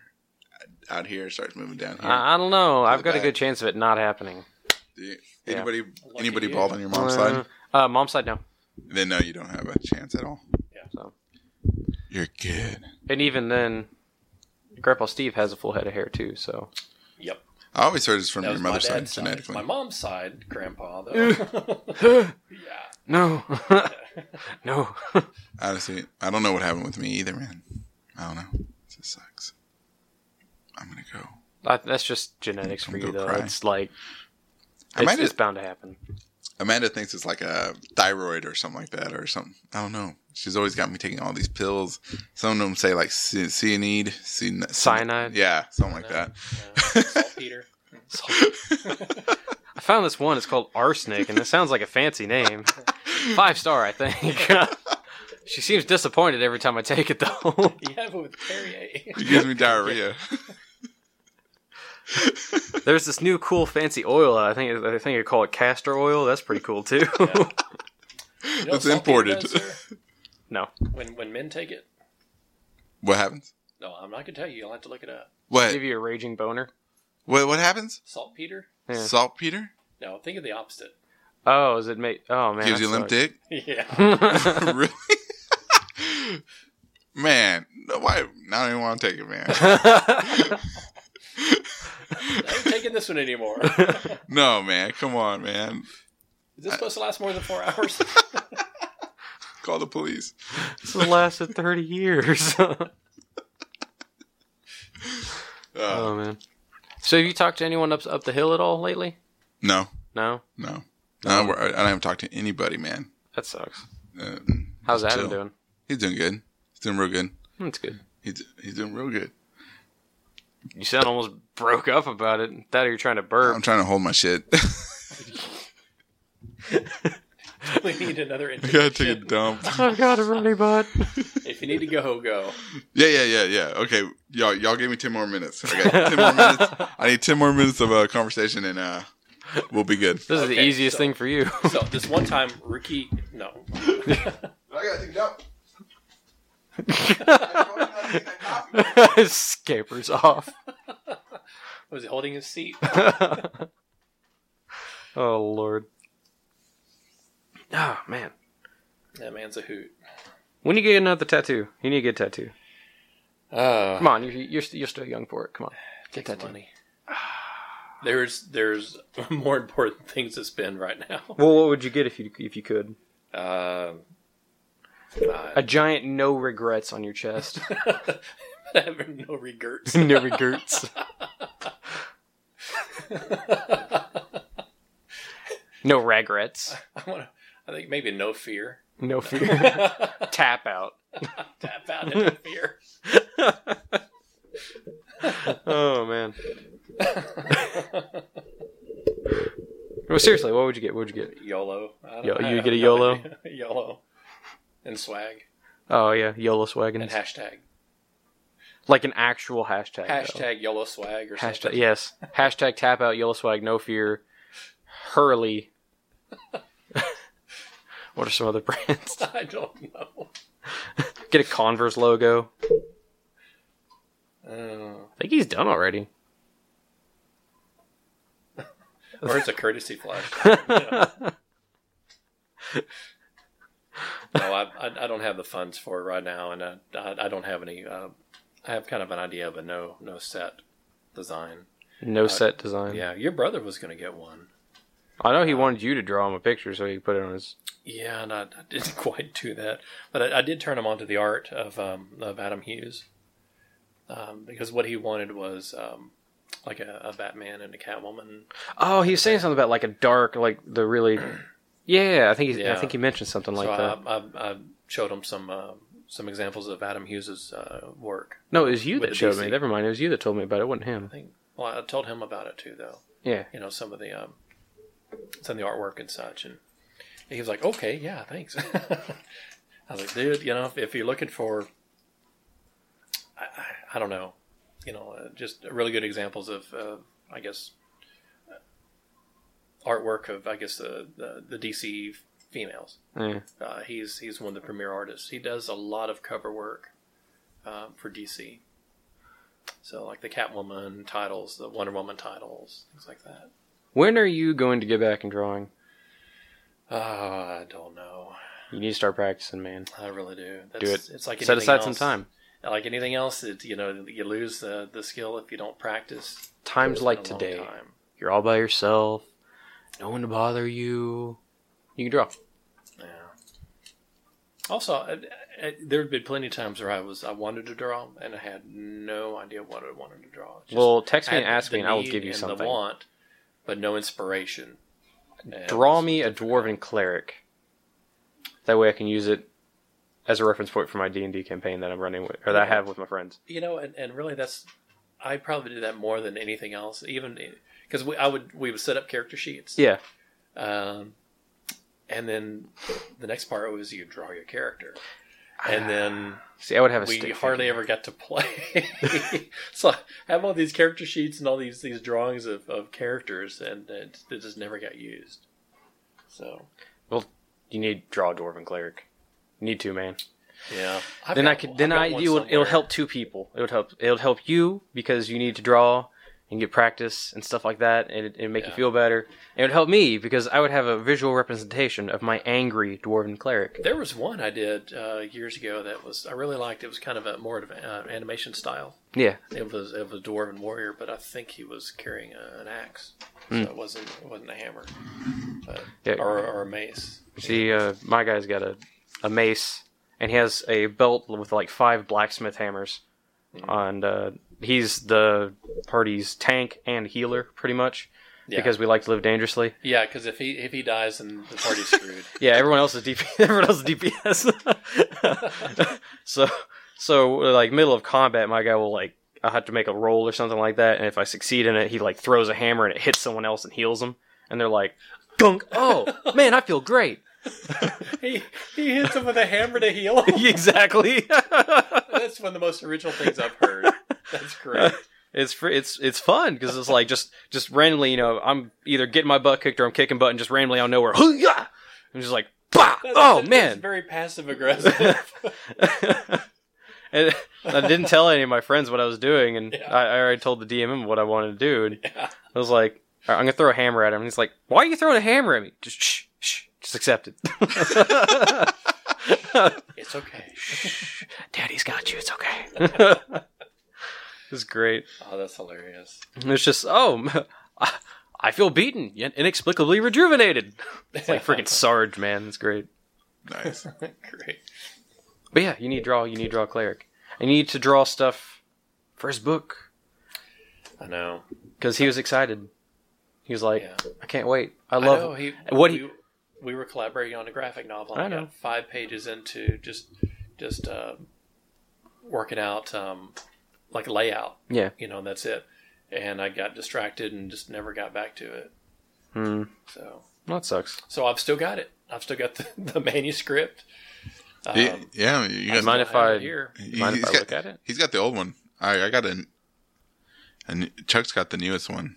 Speaker 3: out here starts moving down here.
Speaker 2: I, I don't know. I've got a
Speaker 3: back.
Speaker 2: good chance of it not happening.
Speaker 3: Do you- anybody anybody
Speaker 4: you.
Speaker 3: bald on your mom's side?
Speaker 2: Uh, mom's side, no.
Speaker 3: Then no, you don't have a chance at all.
Speaker 4: Yeah.
Speaker 2: So.
Speaker 3: You're good.
Speaker 2: And even then, Grandpa Steve has a full head of hair too. So
Speaker 4: yep.
Speaker 3: I always heard it's from
Speaker 4: That
Speaker 3: your
Speaker 4: was my
Speaker 3: mother's side,
Speaker 4: dad's side.
Speaker 3: genetically.
Speaker 4: My mom's side, grandpa, though. yeah.
Speaker 2: no, no.
Speaker 3: Honestly, I don't know what happened with me either, man. I don't know. It just sucks. I'm gonna go.
Speaker 2: I, that's just genetics for
Speaker 3: Don't
Speaker 2: you,
Speaker 3: go
Speaker 2: though.
Speaker 3: cry.
Speaker 2: It's like
Speaker 3: I
Speaker 2: it's,
Speaker 3: might
Speaker 2: it's
Speaker 3: just,
Speaker 2: bound to happen.
Speaker 3: Amanda thinks it's like a thyroid or something like that, or something. I don't know. She's always got me taking all these pills. Some of them say like c- cyanide, cyan-
Speaker 2: Cyanide.
Speaker 3: Yeah, something like that.
Speaker 4: Peter.
Speaker 2: I found this one. It's called arsenic, and it sounds like a fancy name. Five star, I think. she seems disappointed every time I take it, though.
Speaker 4: Yeah, but with Perrier.
Speaker 3: It gives me diarrhea.
Speaker 2: There's this new cool fancy oil. I think I think they call it castor oil. That's pretty cool too.
Speaker 4: You know
Speaker 3: It's
Speaker 4: what saltpeter
Speaker 3: imported.
Speaker 4: does, sir?
Speaker 2: no,
Speaker 4: when when men take it,
Speaker 3: What happens?
Speaker 4: no, I'm not gonna tell you. You'll have to look it up.
Speaker 3: What?
Speaker 2: give you a raging boner.
Speaker 3: What? What happens?
Speaker 4: Saltpeter?
Speaker 2: Yeah.
Speaker 3: Saltpeter
Speaker 4: No, think of the opposite.
Speaker 2: Oh, is it made? Oh man,
Speaker 3: gives
Speaker 2: that
Speaker 3: you limp
Speaker 2: sucks.
Speaker 3: dick.
Speaker 4: Yeah.
Speaker 3: really? man, no, why? I don't even want to take it, man.
Speaker 4: I ain't taking this one anymore.
Speaker 3: no, man. Come on, man.
Speaker 4: Is this supposed to last more than four hours?
Speaker 3: Call the police.
Speaker 2: This has lasted thirty years.
Speaker 3: Uh,
Speaker 2: oh man. So have you talked to anyone up up the hill at all lately?
Speaker 3: no,
Speaker 2: No,
Speaker 3: no,
Speaker 2: uh,
Speaker 3: no. we're- I haven't talked to anybody, man.
Speaker 2: that sucks.
Speaker 3: Uh,
Speaker 2: How's Adam
Speaker 3: chill.
Speaker 2: doing?
Speaker 3: He's doing good. He's doing real good.
Speaker 2: That's good.
Speaker 3: He's he's doing real good.
Speaker 2: You sound almost broke up about it. That or you're trying to burp.
Speaker 3: I'm trying to hold my shit.
Speaker 4: we need another
Speaker 3: I gotta
Speaker 4: intervention.
Speaker 3: take a dump.
Speaker 2: I've got a runny butt.
Speaker 4: If you need to go, go.
Speaker 3: Yeah, yeah, yeah, yeah. Okay, y'all, y'all gave me ten more minutes. I got ten more minutes. I need ten more minutes of uh, conversation, and uh, we'll be good.
Speaker 2: This is the
Speaker 4: Okay,
Speaker 2: easiest
Speaker 4: so-
Speaker 2: thing for you.
Speaker 4: So this one time, Ricky, no,
Speaker 3: I gotta take a dump.
Speaker 2: Scampers off.
Speaker 4: was he holding his seat?
Speaker 2: Oh lord. Oh man.
Speaker 4: That man's a hoot.
Speaker 2: When you get another tattoo, you need to get a tattoo.
Speaker 4: Uh,
Speaker 2: Come on, you're you're, st- you're still young for it. Come on, get that money.
Speaker 4: money. There's there's more important things to spend right now.
Speaker 2: Well, what would you get if you if you could?
Speaker 4: Um,
Speaker 2: A giant no regrets on your chest.
Speaker 4: I have no regrets.
Speaker 2: no regrets. no regrets.
Speaker 4: I want to. I think maybe no fear.
Speaker 2: No fear. Tap out.
Speaker 4: Tap out into fear.
Speaker 2: Oh man. well, seriously, what would you get? What would you get?
Speaker 4: YOLO. I don't,
Speaker 2: Yo-
Speaker 4: I
Speaker 2: you
Speaker 4: have
Speaker 2: get a
Speaker 4: no
Speaker 2: YOLO?
Speaker 4: idea. YOLO. And swag.
Speaker 2: Oh yeah, YOLO
Speaker 4: And
Speaker 2: swaggins.
Speaker 4: hashtag.
Speaker 2: like an actual hashtag. though.
Speaker 4: Hashtag YOLO swag or
Speaker 2: Hashtag
Speaker 4: something.
Speaker 2: yes. Hashtag tap out yellow swag no fear. Hurley. what are some other brands?
Speaker 4: I don't know.
Speaker 2: Get a Converse logo.
Speaker 4: Oh.
Speaker 2: I think he's done already.
Speaker 4: or it's a courtesy flag. no, I, I I don't have the funds for it right now, and I I, I don't have any. Uh, I have kind of an idea, but no no set design.
Speaker 2: No set design.
Speaker 4: Yeah, your brother was going to get one.
Speaker 2: I know he wanted you to draw him a picture so he could put it on his.
Speaker 4: Yeah, and I, I didn't quite do that, but I, I did turn him on to the art of um, of Adam Hughes, um, because what he wanted was um, like a, a Batman and a Catwoman.
Speaker 2: Oh, he was saying something about like a dark, like the really. Yeah, I think he, I
Speaker 4: Yeah.
Speaker 2: think he mentioned something like
Speaker 4: so
Speaker 2: that.
Speaker 4: I, I, I showed him some uh, some examples of Adam Hughes's uh, work.
Speaker 2: no, it was you
Speaker 4: with
Speaker 2: that
Speaker 4: the
Speaker 2: showed
Speaker 4: DC.
Speaker 2: me. Never mind, it was you that told me about it. It wasn't him.
Speaker 4: I think. Well, I told him about it too, though.
Speaker 2: Yeah.
Speaker 4: You know, some of the um, some of the artwork and such, and he was like, "Okay, yeah, thanks." I was like, "Dude, you know, if, if you're looking for, I, I, I don't know, you know, uh, just really good examples of, uh, I guess, uh, artwork of, I guess, uh, the the DC females."
Speaker 2: yeah.
Speaker 4: Uh, he's he's one of the premier artists. He does a lot of cover work um, for DC. So like the Catwoman titles, the Wonder Woman titles, things like that.
Speaker 2: When are you going to get back and drawing?
Speaker 4: Oh, I don't know.
Speaker 2: You need to start practicing, man.
Speaker 4: I really do. That's,
Speaker 2: Do it.
Speaker 4: It's like
Speaker 2: Set
Speaker 4: anything
Speaker 2: aside some
Speaker 4: else.
Speaker 2: time.
Speaker 4: Like anything else, it, you know, you lose the, the skill if you don't practice.
Speaker 2: Times
Speaker 4: It's
Speaker 2: like
Speaker 4: been a long
Speaker 2: today,
Speaker 4: time.
Speaker 2: you're all by yourself, no one to bother you. You can draw.
Speaker 4: Yeah. Also, I, I, there have been plenty of times where I was I wanted to draw and I had no idea what I wanted to draw. Just-
Speaker 2: well, text me and
Speaker 4: had
Speaker 2: ask
Speaker 4: the
Speaker 2: me, and I will
Speaker 4: need
Speaker 2: give you
Speaker 4: and the
Speaker 2: something.
Speaker 4: want, but no inspiration. And
Speaker 2: Draw
Speaker 4: it's
Speaker 2: me a
Speaker 4: difficult.
Speaker 2: dwarven cleric. That way, I can use it as a reference point for my D and D campaign that I'm running with, or that I have with my friends.
Speaker 4: You know, and, and really, that's I probably did that more than anything else. Even because we, I would we would set up character sheets.
Speaker 2: Yeah,
Speaker 4: Um, and then the next part was you draw your character, and then
Speaker 2: See, I would Ah, have a
Speaker 4: we
Speaker 2: stick
Speaker 4: hardly
Speaker 2: figure.
Speaker 4: ever got to play. so I have all these character sheets and all these these drawings of, of characters, and it, it just never got used. So
Speaker 2: You need draw a dwarven cleric. You need to, man.
Speaker 4: yeah, I've
Speaker 2: then I
Speaker 4: got-
Speaker 2: could.
Speaker 4: I've
Speaker 2: Then
Speaker 4: got
Speaker 2: I.
Speaker 4: one
Speaker 2: You would, it'll
Speaker 4: somewhere.
Speaker 2: help two people. It would help. It'll help you because you need to draw and get practice and stuff like that, and it, it'd make you
Speaker 4: Yeah.
Speaker 2: feel better. And it would help me because I would have a visual representation of my angry dwarven cleric.
Speaker 4: There was one I did uh, years ago that was I really liked. It was kind of a more of an uh, animation style.
Speaker 2: Yeah,
Speaker 4: It was it was a dwarven warrior, but I think he was carrying a, an axe,
Speaker 2: Hmm.
Speaker 4: so it wasn't it wasn't a hammer, but,
Speaker 2: Yeah.
Speaker 4: or, or a mace.
Speaker 2: See, uh, my guy's got a, a mace, and he has a belt with like five blacksmith hammers. And uh, he's the party's tank and healer, pretty much,
Speaker 4: Yeah.
Speaker 2: because we like to live dangerously.
Speaker 4: Yeah, because if he if he dies, then the party's screwed.
Speaker 2: Yeah, everyone else is DP. Everyone else is DPS. so, so like middle of combat, my guy will like I have to make a roll or something like that, and if I succeed in it, he like throws a hammer and it hits someone else and heals them, and they're like, "Gunk! Oh man, I feel great."
Speaker 4: he he hits him with a hammer to heal. Him.
Speaker 2: exactly.
Speaker 4: That's one of the most original things I've heard. That's
Speaker 2: Uh,
Speaker 4: great.
Speaker 2: It's fr- it's it's fun because it's like just just randomly, you know, I'm either getting my butt kicked or I'm kicking butt, and just randomly out of nowhere, "Hoo-yah!" I'm just like, bah!
Speaker 4: That's-
Speaker 2: oh
Speaker 4: that's
Speaker 2: man!
Speaker 4: very passive aggressive.
Speaker 2: And I didn't tell any of my friends what I was doing, and
Speaker 4: Yeah.
Speaker 2: I, I already told the DMM what I wanted to do, and I was like, "All right, I'm gonna throw a hammer at him. And he's like, Why are you throwing a hammer at me? Just shh, shh, just accept it.
Speaker 4: it's okay.
Speaker 2: Daddy's got you. It's okay. it's great.
Speaker 4: Oh, that's hilarious.
Speaker 2: It's just, oh, I- I feel beaten, yet inexplicably rejuvenated. It's like freaking Sarge, man. It's great.
Speaker 3: Nice.
Speaker 4: Great.
Speaker 2: But yeah, you need to draw. You need to draw a cleric. And you need to draw stuff for his book
Speaker 4: I know.
Speaker 2: because he was excited. He was like,
Speaker 4: Yeah.
Speaker 2: I can't wait. I
Speaker 4: I
Speaker 2: love.
Speaker 4: know, he,
Speaker 2: what
Speaker 4: we,
Speaker 2: he-
Speaker 4: we were collaborating on a graphic novel.
Speaker 2: I
Speaker 4: And I,
Speaker 2: know.
Speaker 4: got five pages into just just uh, working out um, like layout,
Speaker 2: Yeah.
Speaker 4: you know, and that's it. And I got distracted and just never got back to it.
Speaker 2: Hmm.
Speaker 4: So
Speaker 2: Well, that sucks.
Speaker 4: so I've still got it. I've still got the, the manuscript. Um,
Speaker 3: Yeah, yeah, you guys.
Speaker 2: Mind if
Speaker 4: I have it
Speaker 2: I-
Speaker 4: here?
Speaker 3: he-
Speaker 2: mind if
Speaker 3: he's
Speaker 2: I
Speaker 3: got-
Speaker 2: look at it?
Speaker 3: He's got the old one. I, I got a, and Chuck's got the newest one.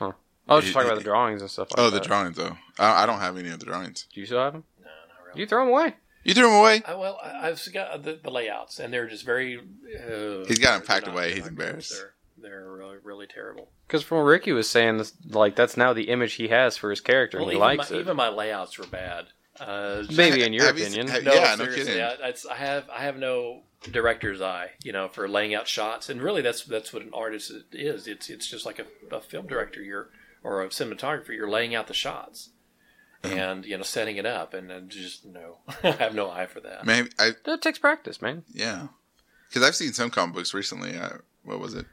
Speaker 2: I was just
Speaker 3: He-
Speaker 2: talking about the drawings and stuff. Like
Speaker 3: Oh, the
Speaker 2: that.
Speaker 3: drawings though. I, I don't have any of the drawings.
Speaker 2: Do you still have them?
Speaker 4: No, not really.
Speaker 2: You throw them away.
Speaker 3: You threw them away.
Speaker 4: I, well, I, I've got the, the layouts, and they're just very. Uh,
Speaker 3: He's got 'em
Speaker 4: they're
Speaker 3: packed
Speaker 4: not-
Speaker 3: away.
Speaker 4: they're
Speaker 3: He's
Speaker 4: not good.
Speaker 3: embarrassed.
Speaker 4: They're- They're uh, really terrible.
Speaker 2: Because from what Ricky was saying, this, like that's now the image he has for his character,
Speaker 4: Well,
Speaker 2: and he
Speaker 4: even
Speaker 2: likes
Speaker 4: my,
Speaker 2: it.
Speaker 4: even my layouts were bad. Uh,
Speaker 2: Maybe in your
Speaker 3: Have you-
Speaker 2: opinion,
Speaker 3: have-
Speaker 4: no,
Speaker 3: yeah, no
Speaker 4: seriously,
Speaker 3: kidding.
Speaker 4: I, it's, I have I have no director's eye, you know, for laying out shots, and really that's that's what an artist is. It's it's just like a, a film director, you're or a cinematographer, you're laying out the shots,
Speaker 3: Uh-huh.
Speaker 4: and you know, setting it up, and, and just no, I have no eye for that.
Speaker 3: Maybe I
Speaker 2: that takes practice, man.
Speaker 3: yeah, because I've seen some comic books recently. I, what was it?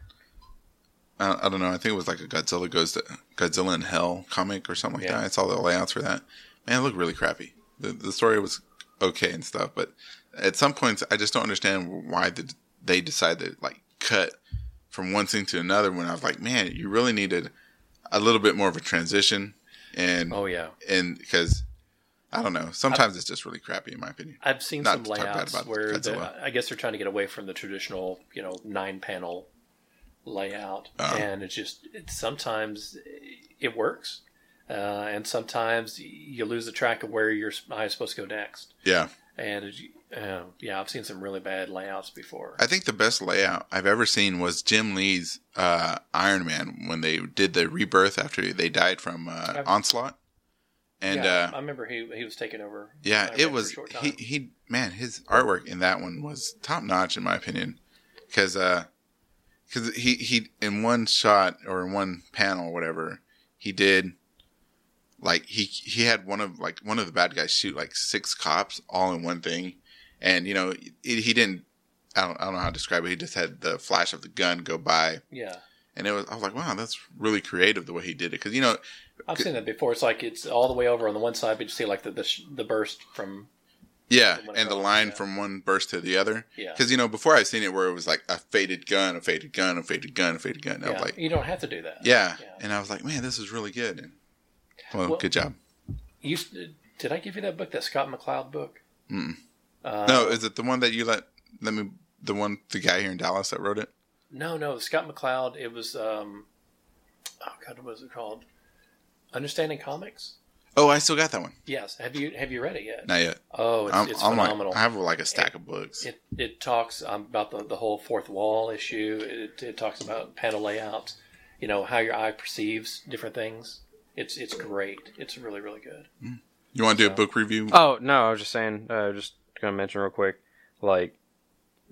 Speaker 3: I, I don't know. I think it was like a Godzilla goes to Godzilla in Hell comic or something like
Speaker 4: Yeah.
Speaker 3: that. I saw the layouts for that. Man, it looked really crappy. The the story was okay and stuff, but at some points I just don't understand why the, they decide to like cut from one scene to another. When I was like, man, you really needed a little bit more of a transition. And
Speaker 4: Oh yeah,
Speaker 3: and because I don't know, sometimes it's just really crappy in my opinion.
Speaker 4: I've seen
Speaker 3: Not
Speaker 4: some
Speaker 3: to talk bad
Speaker 4: layouts
Speaker 3: about
Speaker 4: where the-
Speaker 3: Godzilla.
Speaker 4: I guess they're trying to get away from the traditional, you know, nine panel layout,
Speaker 3: Uh-huh.
Speaker 4: and it's just it, sometimes it works, uh, and sometimes you lose the track of where your eye is supposed to go next.
Speaker 3: Yeah,
Speaker 4: And it, uh, yeah, I've seen some really bad layouts before.
Speaker 3: I think the best layout I've ever seen was Jim Lee's uh, Iron Man when they did the rebirth after they died from uh,
Speaker 4: I've-
Speaker 3: onslaught, and uh,
Speaker 4: yeah, I remember he he was taking over.
Speaker 3: yeah,
Speaker 4: Iron Man for
Speaker 3: it
Speaker 4: a
Speaker 3: was
Speaker 4: short
Speaker 3: he
Speaker 4: time.
Speaker 3: he man his artwork in that one was top notch in my opinion, because uh, because he he in one shot or in one panel or whatever he did like he he had one of like one of the bad guys shoot like six cops all in one thing and you know he, he didn't I don't, I don't know how to describe it he just had the flash of the gun go by
Speaker 4: yeah.
Speaker 3: and it was i was like wow that's really creative the way he did it because you know
Speaker 4: I've seen that before. It's like it's all the way over on the one side, but you see like the the, sh- the burst from
Speaker 3: yeah
Speaker 4: Someone
Speaker 3: and the
Speaker 4: else,
Speaker 3: line
Speaker 4: yeah.
Speaker 3: from one burst to the other
Speaker 4: yeah.
Speaker 3: because you know before i've seen it where it was like a faded gun a faded gun a faded gun a faded gun and i
Speaker 4: yeah.
Speaker 3: was like
Speaker 4: you don't have to do that.
Speaker 3: yeah.
Speaker 4: Yeah.
Speaker 3: and i was like man this is really good and, well,
Speaker 4: Well-
Speaker 3: good job
Speaker 4: You s- did I give you that book, that Scott McCloud book?
Speaker 3: Mm-mm.
Speaker 4: Uh,
Speaker 3: no is it the one that you let let me the one the guy here in dallas that wrote it
Speaker 4: no, no. Scott McCloud. It was um, oh god, what was it called? Understanding Comics.
Speaker 3: oh i still got that one
Speaker 4: Yes. Have you have you read it yet?
Speaker 3: not yet
Speaker 4: Oh, it's,
Speaker 3: I'm,
Speaker 4: it's
Speaker 3: I'm
Speaker 4: phenomenal.
Speaker 3: Like, I have like a stack of books.
Speaker 4: it it talks um, about the, the whole fourth wall issue. It, it talks about panel layouts. You know how your eye perceives different things. It's it's great. It's really really good.
Speaker 3: you want to do a book review?
Speaker 2: Oh no, I was just saying. Uh, just gonna mention real quick, like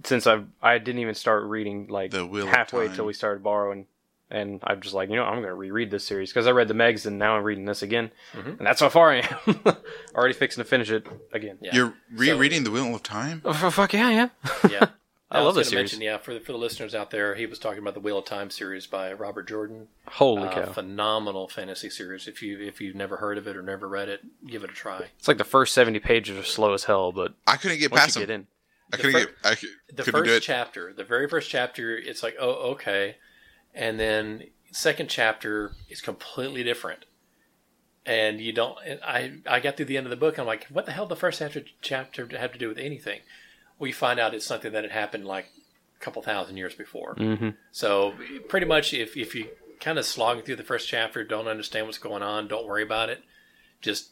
Speaker 2: since I've I didn't even start reading like
Speaker 3: The Wheel of
Speaker 2: halfway
Speaker 3: Time.
Speaker 2: till we started borrowing, and I'm just like you know I'm gonna reread this series because I read the megs and now I'm reading this again,
Speaker 4: Mhm.
Speaker 2: and that's how far I am. Already fixing to finish it again.
Speaker 4: Yeah.
Speaker 3: You're rereading The Wheel of Time?
Speaker 2: Oh, f- fuck yeah, yeah.
Speaker 4: yeah.
Speaker 2: I
Speaker 4: was
Speaker 2: love this
Speaker 4: gonna
Speaker 2: series.
Speaker 4: Mention, yeah, for the, for the listeners out there, he was talking about the Wheel of Time series by Robert Jordan.
Speaker 2: Holy
Speaker 4: Uh,
Speaker 2: cow!
Speaker 4: phenomenal fantasy series. If you if you've never heard of it or never read it, give it a try.
Speaker 2: It's like the first seventy pages are slow as hell, but
Speaker 3: I couldn't get
Speaker 2: once
Speaker 3: past
Speaker 2: you
Speaker 3: them.
Speaker 2: get in,
Speaker 3: I couldn't
Speaker 4: fir-
Speaker 3: get. I cou-
Speaker 4: The
Speaker 3: couldn't do
Speaker 4: first
Speaker 3: it.
Speaker 4: chapter, the very first chapter, it's like oh okay, and then second chapter is completely different. And you don't. and I I got through the end of the book. I'm like, what the hell? The first chapter chapter have to do with anything? We find out it's something that had happened like a couple thousand years before.
Speaker 2: Mm-hmm.
Speaker 4: So pretty much, if if you kind of slog through the first chapter, don't understand what's going on, don't worry about it. Just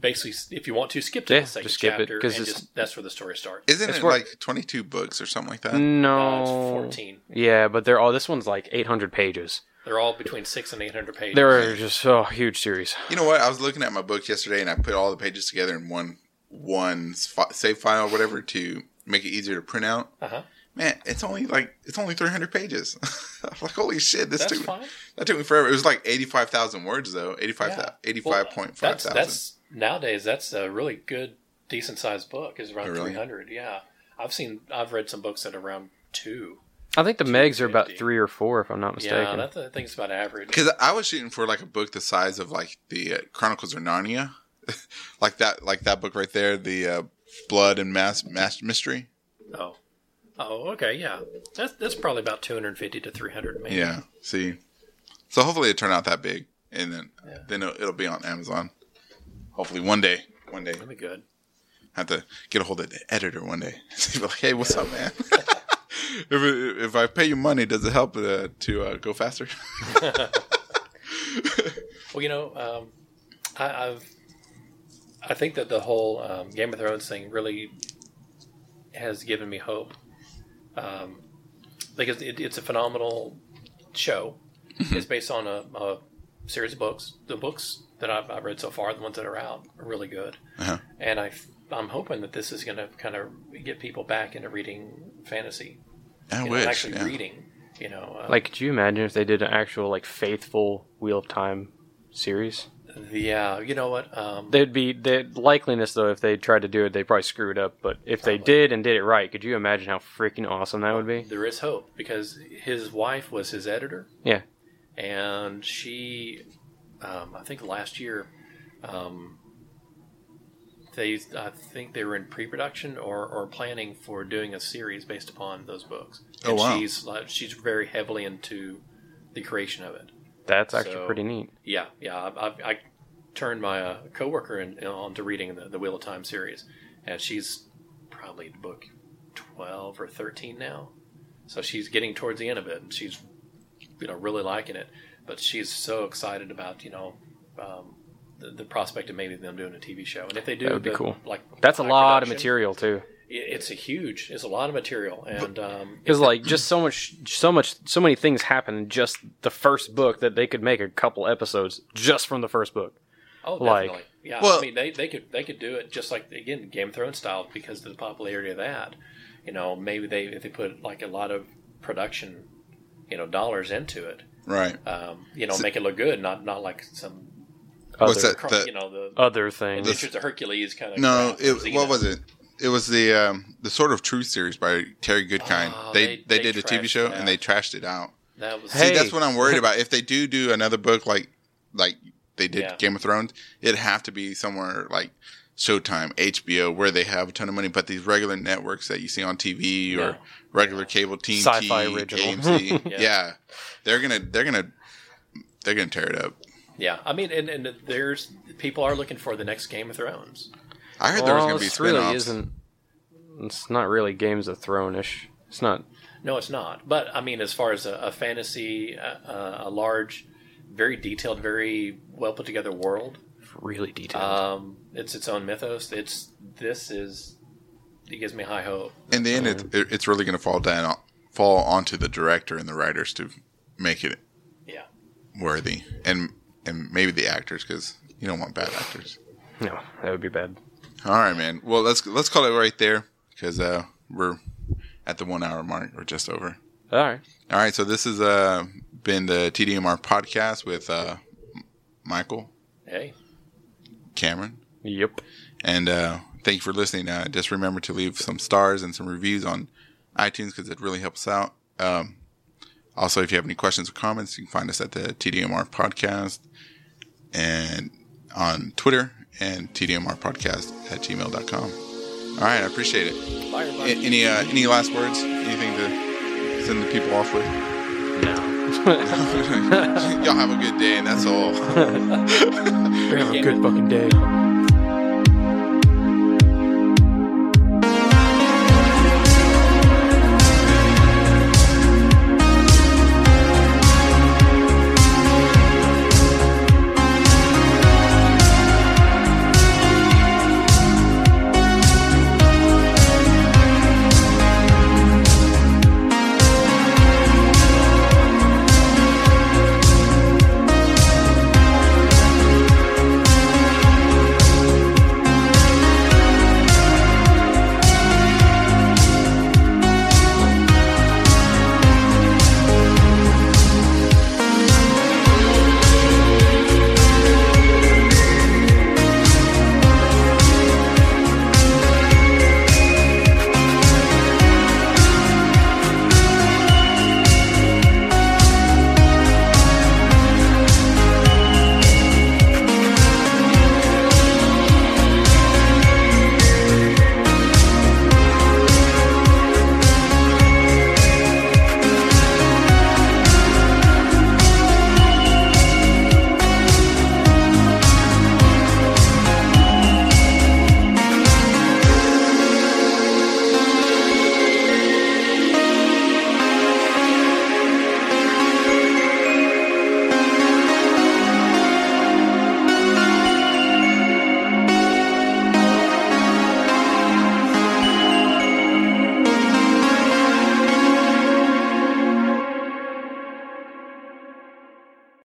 Speaker 4: basically, if you want to, skip to
Speaker 2: Yeah,
Speaker 4: the second
Speaker 2: just skip it,
Speaker 4: chapter,
Speaker 2: 'cause
Speaker 4: and
Speaker 2: it's-
Speaker 4: just, that's where the story starts.
Speaker 3: Isn't
Speaker 2: It's
Speaker 3: it
Speaker 2: work.
Speaker 3: like 22 books or something like that?
Speaker 2: no,
Speaker 4: Uh, it's
Speaker 2: Oh.
Speaker 4: fourteen.
Speaker 2: Yeah, but they're all. This one's like eight hundred pages.
Speaker 4: They're all between six and eight hundred pages.
Speaker 2: There are just oh huge series.
Speaker 3: You know what? I was looking at my book yesterday and I put all the pages together in one one fi- save file, whatever, to make it easier to print out.
Speaker 4: Uh-huh.
Speaker 3: Man, it's only like it's only 300 pages. I'm like, holy shit! This
Speaker 4: That's
Speaker 3: took
Speaker 4: fine.
Speaker 3: that took me forever. It was like 85,000 words though. 85
Speaker 4: Yeah. Well,
Speaker 3: 85.5
Speaker 4: that's,
Speaker 3: thousand.
Speaker 4: that's nowadays. That's a really good, decent sized book. Is around
Speaker 3: Oh, really?
Speaker 4: three hundred. Yeah, I've seen. I've read some books that are around two.
Speaker 2: I think the megs are about
Speaker 4: 250.
Speaker 2: three or four, if I'm not mistaken.
Speaker 4: Yeah, that, I think it's about average.
Speaker 3: Because I was shooting for like a book the size of like the uh, Chronicles of Narnia, like that, like that book right there, the uh, Blood and Mass, Mass Mystery.
Speaker 4: Oh, oh, okay, yeah. That's that's probably about two hundred fifty to three hundred. Maybe.
Speaker 3: Yeah. See, so hopefully it turned out that big, and then
Speaker 4: Yeah.
Speaker 3: then it'll, it'll be on Amazon. Hopefully one day, one day,
Speaker 4: That'd be good.
Speaker 3: have to get a hold of the editor one day. Be like, hey, what's up, man? if it- if I pay you money, does it help uh, to uh, go faster?
Speaker 4: Well, you know, um, I, I've I think that the whole um, Game of Thrones thing really has given me hope. Um, because it, it's a phenomenal show
Speaker 3: Mm-hmm.
Speaker 4: is based on a, a series of books. The books that I've, I've read so far, the ones that are out, are really good.
Speaker 3: Uh-huh.
Speaker 4: And I, am hoping that this is going to kind of get people back into reading fantasy.
Speaker 3: I
Speaker 4: you know, and
Speaker 3: wish.
Speaker 4: actually
Speaker 3: yeah.
Speaker 4: reading. You know, uh,
Speaker 2: Like, could you imagine if they did an actual like faithful Wheel of Time series?
Speaker 4: yeah. You know what? Um,
Speaker 2: There'd be the likeliness though if they tried to do it, they probably screwed up. But if they
Speaker 4: Probably.
Speaker 2: did and did it right, could you imagine how freaking awesome that would be?
Speaker 4: there is hope because his wife was his editor.
Speaker 2: Yeah.
Speaker 4: and she, um, I think last year, um, they I think they were in pre-production or, or planning for doing a series based upon those books.
Speaker 3: Oh,
Speaker 4: and
Speaker 3: wow.
Speaker 4: She's like, she's very heavily into the creation of it.
Speaker 2: That's actually
Speaker 4: So-
Speaker 2: pretty neat.
Speaker 4: Yeah, yeah. I, I, I turned my uh, coworker in, in, on to reading the, the Wheel of Time series, and she's probably at book twelve or thirteen now, so she's getting towards the end of it, and she's you know really liking it. But she's so excited about you know um, the, the prospect of maybe them doing a TV show, and if they do,
Speaker 2: That would be
Speaker 4: the-
Speaker 2: cool.
Speaker 4: Like
Speaker 2: That's a
Speaker 4: high
Speaker 2: lot of
Speaker 4: production,
Speaker 2: material too.
Speaker 4: it- It's a huge. It's a lot of material, and um,
Speaker 2: Because like just so much, so much, so many things happen in just the first book that they could make a couple episodes just from the first book.
Speaker 4: Oh,
Speaker 2: Like-
Speaker 4: definitely. yeah,
Speaker 3: Well-
Speaker 4: I mean they, they could they could do it just like again Game of Thrones style because of the popularity of that. You know, maybe they if they put like a lot of production, you know, dollars into it.
Speaker 3: Right.
Speaker 4: Um, you know, make it look good, not not like some
Speaker 2: Other,
Speaker 3: What's that?
Speaker 4: cr-
Speaker 3: The-
Speaker 4: you know the
Speaker 2: Other things.
Speaker 4: Adventures of Hercules kind of.
Speaker 3: No, it, what was it? It was the um, the Sword of Truth series by Terry Goodkind.
Speaker 4: Oh,
Speaker 3: they,
Speaker 4: they-
Speaker 3: they
Speaker 4: they
Speaker 3: did a TV
Speaker 4: trashed
Speaker 3: show
Speaker 4: it
Speaker 3: and they
Speaker 4: out.
Speaker 3: trashed it out.
Speaker 4: That was
Speaker 2: Hey.
Speaker 3: See, that's what I'm worried about. If they do do another book like like they did
Speaker 4: Yeah.
Speaker 3: Game of Thrones, it'd have to be somewhere like Showtime, HBO, where they have a ton of money. But these regular networks that you see on TV or
Speaker 4: No.
Speaker 3: regular cable, TNT,
Speaker 2: Sci-fi original.
Speaker 3: AMC, yeah.
Speaker 4: Yeah.
Speaker 3: they're gonna they're gonna they're gonna tear it up.
Speaker 4: yeah. I mean, and, and there's people are looking for the next Game of Thrones.
Speaker 3: I heard there was gonna be
Speaker 2: Oh, this
Speaker 3: spin
Speaker 2: really
Speaker 3: offs.
Speaker 2: isn't. It's not really Games of Thrones-ish. It's not.
Speaker 4: No, it's not. But I mean, as far as a, a fantasy, uh, uh, a large, very detailed, very well put together world.
Speaker 2: really detailed.
Speaker 4: Um, it's its own mythos. It's this is it gives me high hope.
Speaker 3: In the end, it's it, it's really gonna fall down fall onto the director and the writers to make it
Speaker 4: Yeah,
Speaker 3: worthy, and and maybe the actors because you don't want bad actors.
Speaker 2: no, that would be bad.
Speaker 3: All right, man. Well, let's let's call it right there because uh, we're at the one hour mark or just over.
Speaker 2: All right.
Speaker 3: All right, so this has uh, been the TDMR podcast with uh, Michael,
Speaker 4: hey,
Speaker 3: Cameron,
Speaker 2: Yep.
Speaker 3: and uh, thank you for listening. Uh, just remember to leave some stars and some reviews on iTunes because it really helps us out. Um, also, if you have any questions or comments, you can find us at the TDMR podcast and on Twitter and TDMR podcast at gmail.com. All right, I appreciate it.
Speaker 4: bye everybody.
Speaker 3: A- Any uh, any last words? Anything to send the people off with? Y'all have a good day, and that's all.
Speaker 2: Have a good fucking day.